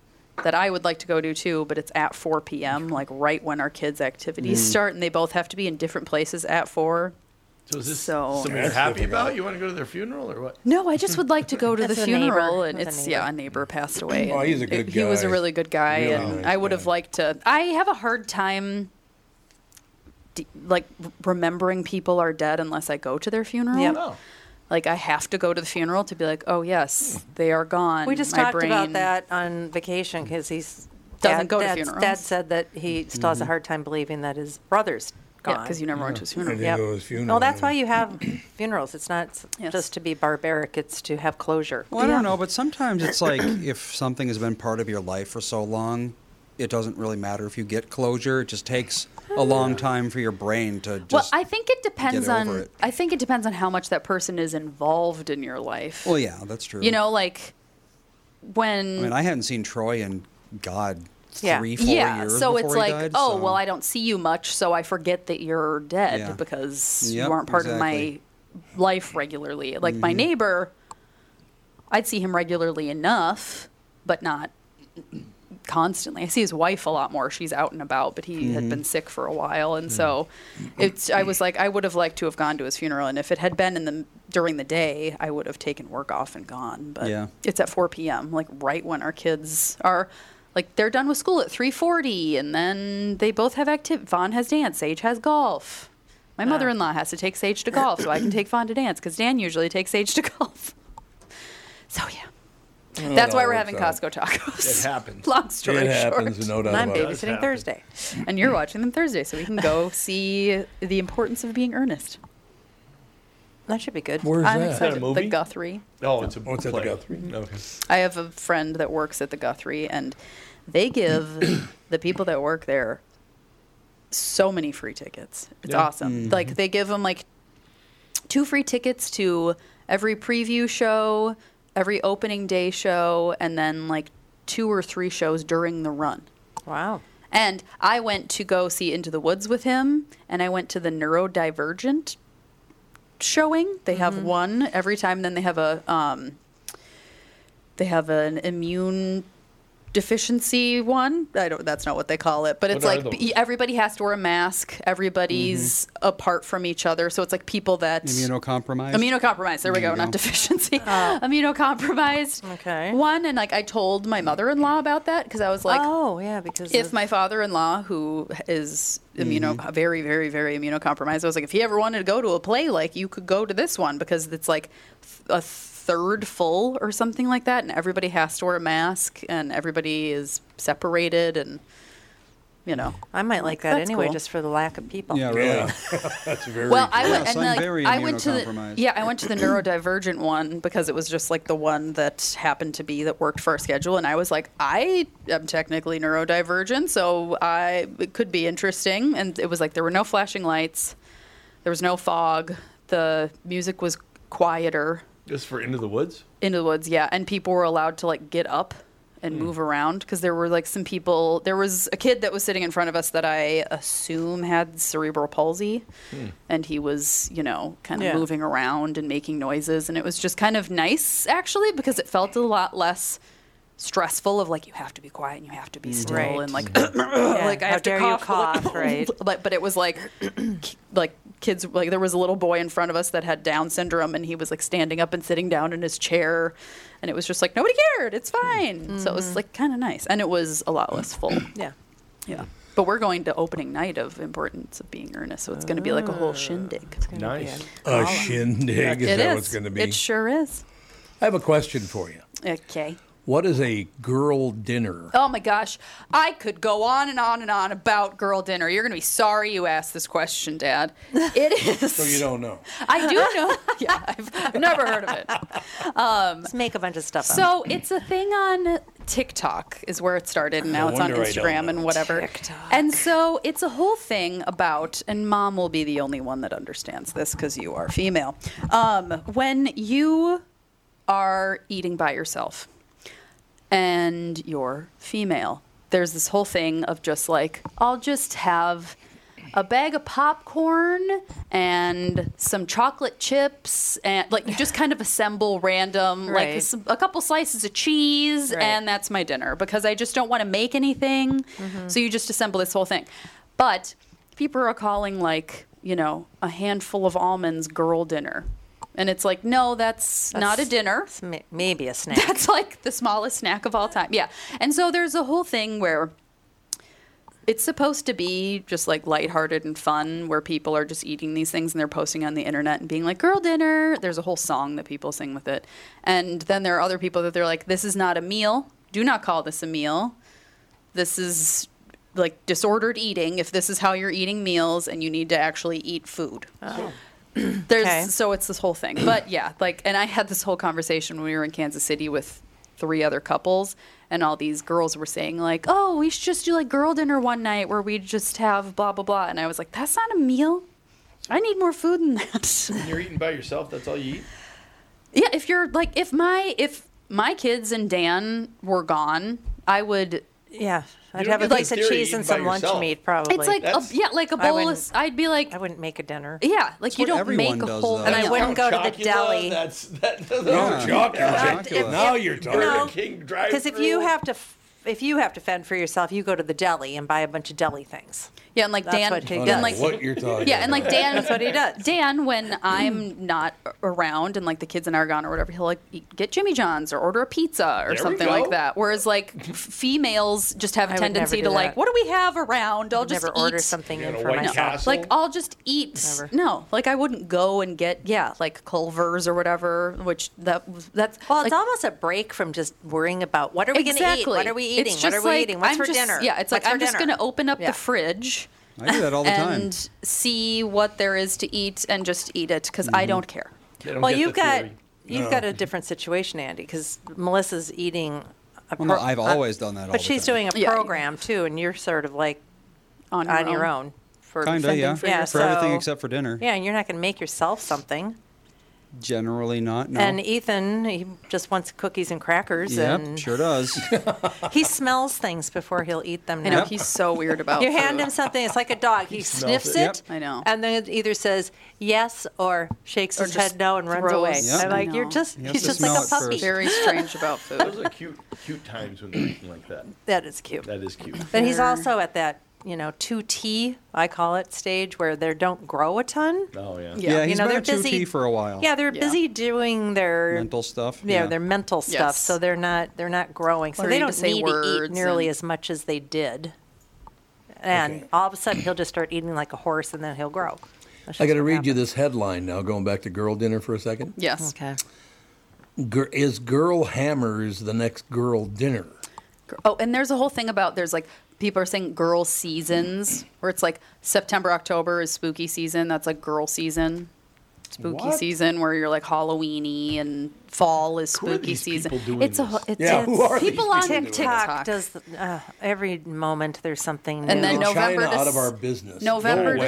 B: that I would like to go to too, but it's at 4 p.m., like right when our kids' activities start, and they both have to be in different places at 4.
D: So is this
B: So-
D: something you're
A: That's
D: happy
A: difficult.
D: about? You want to go to their funeral or what?
B: No, I just would like to go to the
C: That's a neighbor.
B: funeral, and
C: That's a
B: it's
C: neighbor.
B: yeah, a neighbor passed away.
A: Oh,
B: and
A: he's a
B: it-
A: good
B: He was a
A: guy.
B: really good guy,
A: Really
B: and
A: nice
B: I would have
A: guy.
B: liked to. I have a hard time. d- Like r- remembering people are dead unless I go to their funeral.
C: Yep.
A: Oh.
D: No.
B: Like I have to go to the funeral to be like, oh yes, they are gone.
C: We just
B: My
C: talked about
B: brain-
C: that on vacation because he's
B: Doesn't
C: dad,
B: go to
C: dad's-
B: funerals.
C: Dad said that he still has a hard time believing that his brother's
B: Yeah,
C: gone.
B: 'cause you never went to his funeral. I
A: didn't go to his funeral,
C: No, that's
A: yeah.
C: why you have funerals. It's not s- just to be barbaric. It's to have closure.
E: Well, I don't know, but sometimes it's like if something has been part of your life for so long, it doesn't really matter if you get closure. It just takes a long time for your brain to just.
B: well, I think it depends
E: over
B: on.
E: it.
B: I think it depends on how much that person is involved in your life.
E: Well, yeah, that's true.
B: You know, like
E: I
B: when
E: mean, I hadn't seen Troy in God three, four
B: yeah.
E: years.
B: so it's
E: before he
B: like,
E: died,
B: oh
E: so-
B: well, I don't see you much, so I forget that you're dead
E: Yeah.
B: because
E: Yep,
B: you aren't part
E: exactly.
B: of my life regularly. Like my
E: Mhm.
B: neighbor, I'd see him regularly enough, but not constantly. I see his wife a lot more. She's out and about, but he had
K: Mhm.
B: been sick for a while, and so it's. I was like, I would have liked to have gone to his funeral, and if it had been in the during the day, I would have taken work off and gone. But
E: Yeah.
B: it's at 4 p.m., like right when our kids are. Like they're done with school at 3:40, and then they both have active. Vaughn has dance. Sage has golf. My mother-in-law has to take Sage to golf, so I can take Vaughn to dance because Dan usually takes Sage to golf. So yeah,
A: Well,
B: that's
A: it
B: why
A: all
B: we're
A: works
B: having
A: out.
B: Costco tacos.
A: It happens.
B: Long story
A: It happens,
B: short.
A: no doubt
B: I'm
A: about it. It does
B: babysitting
A: happen.
B: Thursday, and you're watching them Thursday, so we can go see the importance of being earnest.
C: That should be good.
B: Where's I'm that?
D: Is that a
B: excited.
D: movie?
B: The Guthrie.
D: Oh, it's a
A: Oh, it's at the
D: play.
A: Guthrie.
D: Okay.
B: I have a friend that works at the Guthrie, and they give the people that work there so many free tickets. It's
K: Yeah.
B: awesome.
A: Mm-hmm.
K: Mhm.
B: Like they give them like two free tickets to every preview show, every opening day show, and then like two or three shows during the run.
C: Wow.
B: And I went to go see Into the Woods with him, and I went to the Neurodivergent showing. They have one every time. Then they have a um, they have an immune deficiency one. I don't. That's not what they call it, but it's
K: What are
B: like
K: those?
B: everybody has to wear a mask. Everybody's apart from each other, so it's like people that
E: Immunocompromised.
B: Immunocompromised. There we
E: There
B: go.
E: you go.
B: Not deficiency. Immunocompromised. Okay. One and like I told my mother-in-law about that because I was like,
C: oh yeah, because
B: if
C: of-
B: my father-in-law who is immuno very very very immunocompromised, I was like, if he ever wanted to go to a play, like you could go to this one because it's like th- a third full or something like that, and everybody has to wear a mask and everybody is separated and you know.
C: I might like that
B: "That's
C: anyway,
B: cool."
C: just for the lack of people.
E: Yeah, really.
A: That's very
B: well, I
E: true.
B: went
E: Yes,
B: and
E: I'm
B: like,
E: very
B: I went to the
E: immunocompromised.
B: yeah, I went to the neurodivergent one because it was just like the one that happened to be that worked for our schedule, and I was like, I am technically neurodivergent, so I it could be interesting. And it was like there were no flashing lights, there was no fog, the music was quieter
D: Just for Into the Woods?
B: into the woods, yeah, and people were allowed to like get up and move around because there were like some people. There was a kid that was sitting in front of us that I assume had cerebral palsy and he was, you know, kind of
K: Yeah.
B: moving around and making noises. And it was just kind of nice, actually, because it felt a lot less stressful of like you have to be quiet and you have to be still
C: Right.
B: and like
C: Yeah,
B: like I
C: how
B: have
C: dare
B: to
C: you
B: cough,
C: cough, right.
B: But but it was like ki- like kids like there was a little boy in front of us that had Down syndrome and he was like standing up and sitting down in his chair, and it was just like nobody cared. It's fine. So it
C: Mm-hmm.
B: was like kind of nice, and it was a lot less full.
C: Yeah.
B: Yeah. But we're going to opening night of importance of being earnest, so it's going to be like a whole shindig.
D: Nice.
A: A shindig is
B: It
A: that
B: is.
A: what it's going to be?
B: It sure is.
A: I have a question for you.
B: Okay.
A: What is a girl dinner?
B: Oh my gosh, I could go on and on and on about girl dinner. You're going to be sorry you asked this question, Dad. It is.
A: So you don't know.
B: I do know. Yeah, I've, I've never heard of it. Um,
C: Let's make a bunch of stuff.
B: so it's a thing on TikTok is where it started, and
C: No
B: now it's on
C: wonder I don't
B: Instagram and whatever. And so it's a whole thing about, and Mom will be the only one that understands this because you are female. Um, when you are eating by yourself and you're female, there's this whole thing of just like, I'll just have a bag of popcorn and some chocolate chips and like you just kind of assemble random like
K: Right.
B: s- a couple slices of cheese
K: Right.
B: and that's my dinner because I just don't want to make anything.
K: Mhm.
B: So you just assemble this whole thing. But people are calling like, you know, a handful of almonds girl dinner. And it's like, no, that's, not a
C: That's-
B: dinner.
C: Maybe a snack.
B: That's like the smallest snack of all time. Yeah. And so there's a whole thing where it's supposed to be just like lighthearted and fun where people are just eating these things and they're posting on the internet and being like girl dinner. There's a whole song that people sing with it. And then there are other people that they're like this is not a meal. Do not call this a meal. This is like disordered eating if this is how you're eating meals and you need to actually eat food.
C: Oh.
B: There's so it's this whole thing. But yeah, like and I had this whole conversation when we were in Kansas City with three other couples and all these girls were saying like, "Oh, we should just do like girl dinner one night where we just have blah blah blah." And I was like, "That's not a meal. I need more food than that."
D: When you're eating by yourself, that's all you eat.
B: Yeah, if you're like if my if my kids and Dan were gone, I would
C: yeah,
B: You
C: I'd
B: don't
C: have a
B: get to
C: piece of
B: theory
C: cheese
B: eating
C: and
B: by
C: some lunch
B: yourself.
C: meat probably.
B: It's like a- That's- yeah, like a
C: I
B: bowl of
C: wouldn't-
B: s- I'd be like
C: I wouldn't make a dinner.
B: Yeah, like you don't make a whole
C: and I wouldn't go to the
D: Chocula,
C: deli.
D: That's that.
A: No, Chocula. Chocula. Now you're talking.
C: No,
D: King drive.
C: because if you have to, f- if you have to fend for yourself, you go to the deli and buy a bunch of deli things.
B: Yeah, and like
C: That's
B: Dan,
C: what he
B: and
C: does.
B: like
C: What you're talking
B: Yeah, and like
C: about.
B: Dan,
C: That's what he does.
B: Dan, when I'm not around and like the kids in Argon or whatever, he'll like eat- get Jimmy John's or order a pizza or
C: There we
B: something
C: go.
B: like that. Whereas like f- females just have
C: I
B: a
C: would never
B: tendency
C: do
B: to like,
C: that.
B: what do we have around? I'll
C: I'd
B: just
C: never order
B: eat."
C: something
D: You
C: in
D: got a
C: for
D: White
C: myself.
D: Castle?
B: Like I'll just eat.
C: Never.
B: No, like I wouldn't go and get yeah, like Culver's or whatever. Which that was- that's
C: Well, it's
B: like-
C: almost a break from just worrying about what are we going to eat?
B: Exactly.
C: What are we eating?
B: It's
C: What are
B: just
C: we
B: like,
C: eating? What's
B: I'm
C: for
B: just-
C: dinner?
B: Yeah, it's like
C: What's for
B: I'm just
C: dinner?
B: going to open up
C: Yeah.
B: the fridge.
E: I do that all the time.
B: and see what there is to eat and just eat it because
E: Mm-hmm.
B: I don't care.
C: well, you've got you've got a different situation, Andy, because Melissa's eating. A
E: Well, no,
C: pro-
E: I've
C: uh,
E: always done that all
C: But
E: the
C: she's
E: time.
C: doing a
E: Yeah.
C: program too, and you're sort of like
B: on
C: your own, for
E: Kinda,
C: something
E: yeah.
C: For,
E: For everything
C: so-
E: except for dinner.
C: Yeah, and you're not going to make yourself something.
E: Generally not. No.
C: And Ethan, he just wants cookies and crackers,
E: yep,
C: and
E: sure does.
C: he smells things before he'll eat them.
B: I know
C: now.
B: he's so weird about.
C: You hand
B: food.
C: him something, it's like a dog. He,
B: smells
C: sniffs it,
B: it. Yep. I know.
C: and then it either says yes or shakes
B: Or
C: his
B: just
C: head no and runs
B: throws-
C: away.
B: Yep.
C: I'm
B: I
C: like, you're
B: know.
C: just,
E: You have
C: he's
E: to
C: just like
E: smell
C: a
E: it
C: puppy.
E: first.
B: Very strange about food.
D: Those are cute, cute times when they're eating like that.
C: That is cute.
D: That is cute.
C: But he's also at that, you know, 2T, I call it, stage where they don't grow a ton.
D: Oh yeah.
E: Yeah,
C: you
E: he's
C: know,
E: been
C: they're
E: a 2T
C: busy
E: for a while.
C: Yeah, they're busy doing their
E: Mental stuff.
C: Yeah, their mental stuff.
E: Yes.
C: So they're not they're not growing. So
B: Learning
C: they
B: to
C: don't
B: say
C: need to eat
B: words
C: nearly
B: and-
C: as much as they did. And
A: Okay.
C: all of a sudden, he'll just start eating like a horse, and then he'll grow. That's
A: I got
C: just what
A: to read you this headline now, going back to girl dinner for a second.
B: Yes.
C: Okay.
A: Gir- is girl hammers the next girl dinner?
B: Oh, and there's a whole thing about there's like people are saying girl seasons where it's like September October is spooky season. That's like girl season. Spooky
A: What?
B: season where you're like Halloweeny and fall is spooky season. it's a whole- it's,
C: Yeah,
B: it's
C: who are these
B: people on
C: people doing that? TikTok
B: TikTok,
C: does uh, every moment there's something new.
B: and then November
A: China
B: Dec-
A: out of our business.
B: November,
A: No way.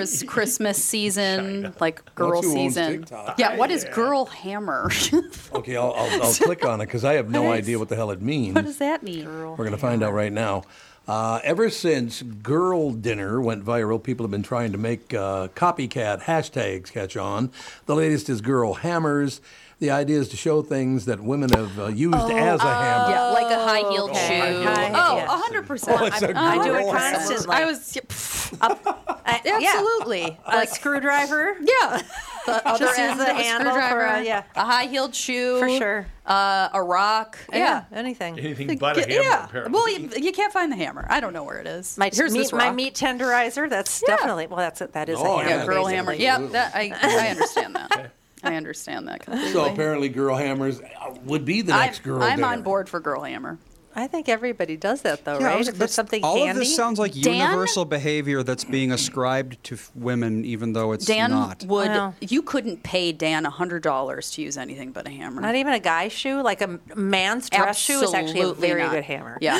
B: is Christmas season, like girl
A: That's who owns
B: season.
A: TikTok.
B: Yeah, what is girl hammer?
A: Okay, I'll, I'll, I'll click on it because I have no
B: What is-
A: idea what the hell it means.
B: what does that mean?
A: We're going to find out right now. Uh, ever since girl dinner went viral, people have been trying to make uh, copycat hashtags catch on. The latest is girl hammers. The idea is to show things that women have uh, used
B: Oh,
A: as a hammer.
B: Yeah, like a high heeled
A: okay.
B: shoe.
A: High heel.
B: Oh,
A: Yeah.
B: 100%.
A: Oh, it's a
B: I'm-
C: I do it
B: I'm-
C: constantly.
B: I was. yeah, pff, absolutely.
C: Like screwdriver.
B: Yeah. The other
C: Just
B: end
C: use the
B: of a
C: handle for a-
B: screwdriver.
C: yeah.
B: A high heeled shoe.
C: For sure.
B: Uh, a rock. Yeah.
C: anything.
D: Anything but a hammer.
B: yeah.
D: Apparently.
B: Well, you, you can't find the hammer. I don't know where it is.
C: My
B: Here's
C: meat,
B: this
C: my
B: rock.
C: meat tenderizer. That's definitely well. That's that is a
A: Oh, yeah,
C: hammer.
B: girl
C: basically.
B: hammer. Yeah, that, I, I understand that. I understand that completely.
A: So apparently, girl hammers uh, would be the next girl
B: I'm
A: dinner.
B: on board for girl hammer.
C: I think everybody does that though,
B: Yeah, I
C: right?
B: was-
C: If there's
B: that's-
C: something
E: All
C: handy.
E: of this sounds like
B: Dan?
E: universal behavior that's being ascribed to f- women, even though it's
B: Dan
E: not.
B: would. You couldn't pay Dan hundred dollars to use anything but a hammer.
C: Not even a guy's shoe, like a m- man's dress shoe is actually a
B: Absolutely
C: very
B: not.
C: good hammer.
B: Yeah,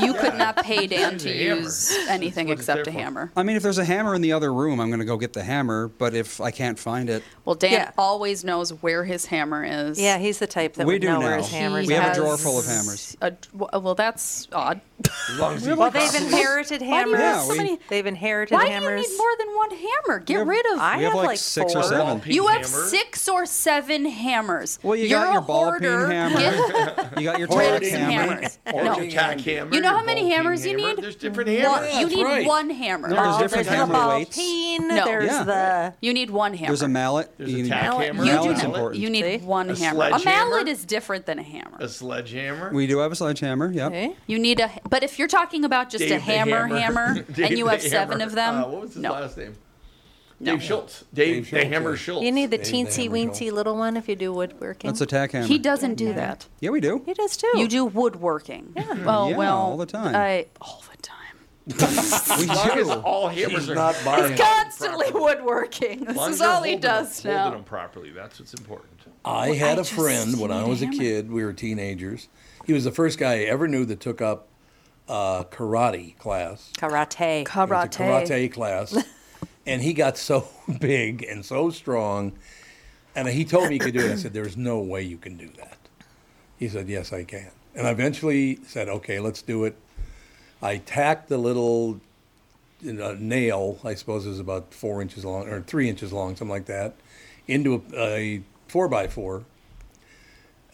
B: you could not pay Dan
C: It's
B: to
C: a hammer.
B: use anything except a hammer.
E: I mean, if there's a hammer in the other room, I'm going to go get the hammer. But if I can't find it,
B: Well, Dan
E: Yeah.
B: always knows where his hammer is.
C: Yeah, he's the type
E: we do now. Oh. we have a drawer full of hammers.
B: A, well, that's odd.
D: long
E: as he
C: Well, they've inherited
B: Why do you
C: hammers.
B: have so Yeah, we- many-
C: They've inherited
B: Why do you
C: hammers.
B: need more than one hammer? Get
C: have-
B: rid of.
C: I
E: We have, have, like, like, six or four. seven.
B: You have
E: Hammer.
B: six or seven hammers.
E: Well, you
B: You're
E: got
B: a
E: your ball
B: hoarder.
E: peen hammer. you got your tack
B: Hoarding
E: hammer.
B: hammers.
D: Or your tack hammer.
B: You know
D: your
B: how many
D: ball
B: hammers you
D: peen hammer.
B: need?
D: There's different hammers.
B: One, you need one hammer.
E: No, there's Oh, different there's the hammer ball weights.
C: peen,
B: No.
C: there's Yeah. the-
B: You need one hammer.
E: There's a mallet. you need-
D: tack Mallet. hammer.
E: Mallet's
D: You do that.
E: important.
B: You need one
D: A
B: hammer. A
D: sledgehammer?
B: mallet is different than a hammer.
D: A sledgehammer.
E: we do have a sledgehammer. Yep.
B: You need a, but if you're talking about just a
D: Dave the
B: hammer, hammer,
D: Dave
B: and you
D: the
B: have seven
D: Hammer.
B: of them,
D: Uh, what was his last name?
B: No.
D: Dave Schultz. Dave, the
E: Schultz,
D: Hammer
E: yeah.
D: Schultz.
C: You need the
E: They- they
C: teensy
E: hammer
C: weensy little one if you do woodworking.
E: That's a tack hammer.
B: he doesn't do that.
E: Yeah, we do.
C: He does too.
B: You do woodworking. Yeah. Well,
E: Yeah,
B: well,
E: all the time.
B: I, all the time.
D: As long as all hammers
B: He's
D: are
B: not
D: buying
B: He's constantly woodworking. This is all he does
D: holding
B: now.
D: them properly. That's what's important.
A: I
B: Well,
A: had
B: I
A: a friend
B: just
A: when
B: need
A: I
B: a
A: was a
B: hammer.
A: kid. We were teenagers. He was the first guy I ever knew that took up uh, karate class.
C: Karate.
A: Went to karate class, and he got so big and so strong. And he told me he could do it. I said, "There's no way you can do that." He said, "Yes, I can." And I eventually said, "Okay, let's do it." I tacked the little you know, nail, I suppose, is about four inches long or three inches long, something like that, into a, a four by four.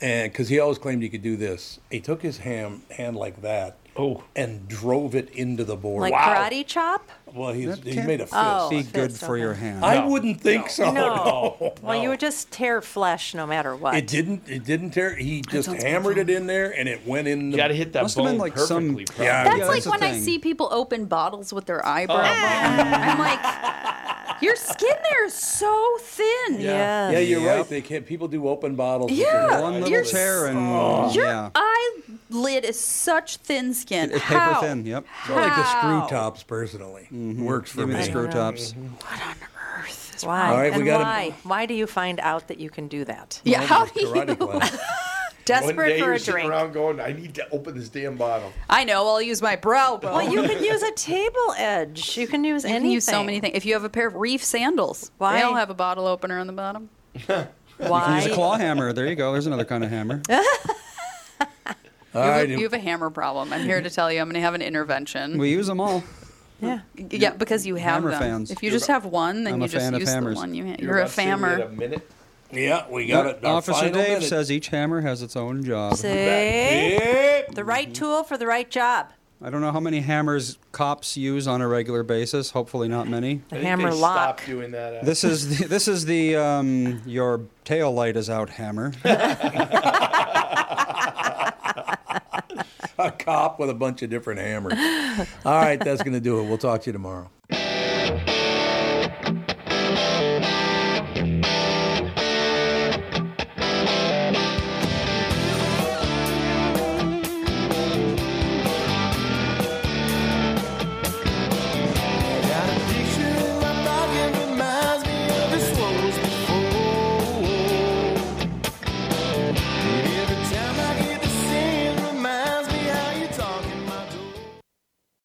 A: And because he always claimed he could do this, he took his ham hand like that, oh, and drove it into the board.
C: Like karate chop?
A: Well, he's,
C: That
A: he
C: can't
A: made a fist.
C: Oh, a Be good fist, for okay. your
E: hand.
A: I
E: No.
A: wouldn't think so.
C: No.
A: no.
C: Well, you would just tear flesh no matter what.
A: It didn't. It didn't tear. He just
C: sounds
A: hammered it in there, and it went in. The, you got to hit
E: that Must have been bone like some- perfectly, probably.
A: Yeah,
B: That's
A: yeah,
B: like
A: the
B: when I
A: thing.
B: see people open bottles with
D: Oh.
B: their eyebrow. I'm like, your skin there is so thin.
A: Yeah, you're right. They can't. People do open bottles.
B: Yeah,
E: One little
B: you're
E: tear and
A: Oh.
B: Your
E: yeah,
B: eyelid is such thin skin.
E: It- it's paper
B: How?
E: thin. Yep.
A: I like the
B: How?
A: screw tops personally. Works for
E: Mm-hmm. Give me the
A: me.
E: screw tops.
C: Why?
A: All right, we
C: and
A: gotta-
C: why? Why do you find out that you can do that?
D: Yeah, Well, how do you-
B: karate
D: One
C: Desperate
D: day
C: for
D: you're
C: a
D: sitting
C: drink.
D: around going, I need to open this damn bottle.
B: I know. I'll use my brow bone.
C: Well, you can use a table edge. You can use
B: You
C: anything.
B: can use so many things. If you have a pair of reef sandals,
C: Why?
B: they all have a bottle opener on the bottom.
E: You can use a
B: Why?
E: claw hammer. There you go. There's another kind of hammer.
B: You have, a, you have a hammer problem. I'm here to tell you. I'm going to have an intervention.
E: We use them all.
B: yeah. Yeah, because you have
E: Hammer
B: them.
E: fans.
B: If you
E: You're
B: just
E: about-
B: have one, then
E: I'm
B: you
E: a
B: just
E: fan of
B: use the
E: hammers.
B: one you ha-
E: You're
B: You're a
E: about to see me
B: fammer.
E: at a minute.
A: Yeah, we got it. Our
E: Officer
A: final
E: Dave
A: minute.
E: says each hammer has its own job.
C: See? The right tool for the right job.
E: I don't know how many hammers cops use on a regular basis. Hopefully, not many.
C: The hammer
D: they
C: lock.
D: Stop doing that. uh,
E: This is the, this is the um, your tail light is out hammer.
A: a cop with a bunch of different hammers. All right, that's going to do it. We'll talk to you tomorrow.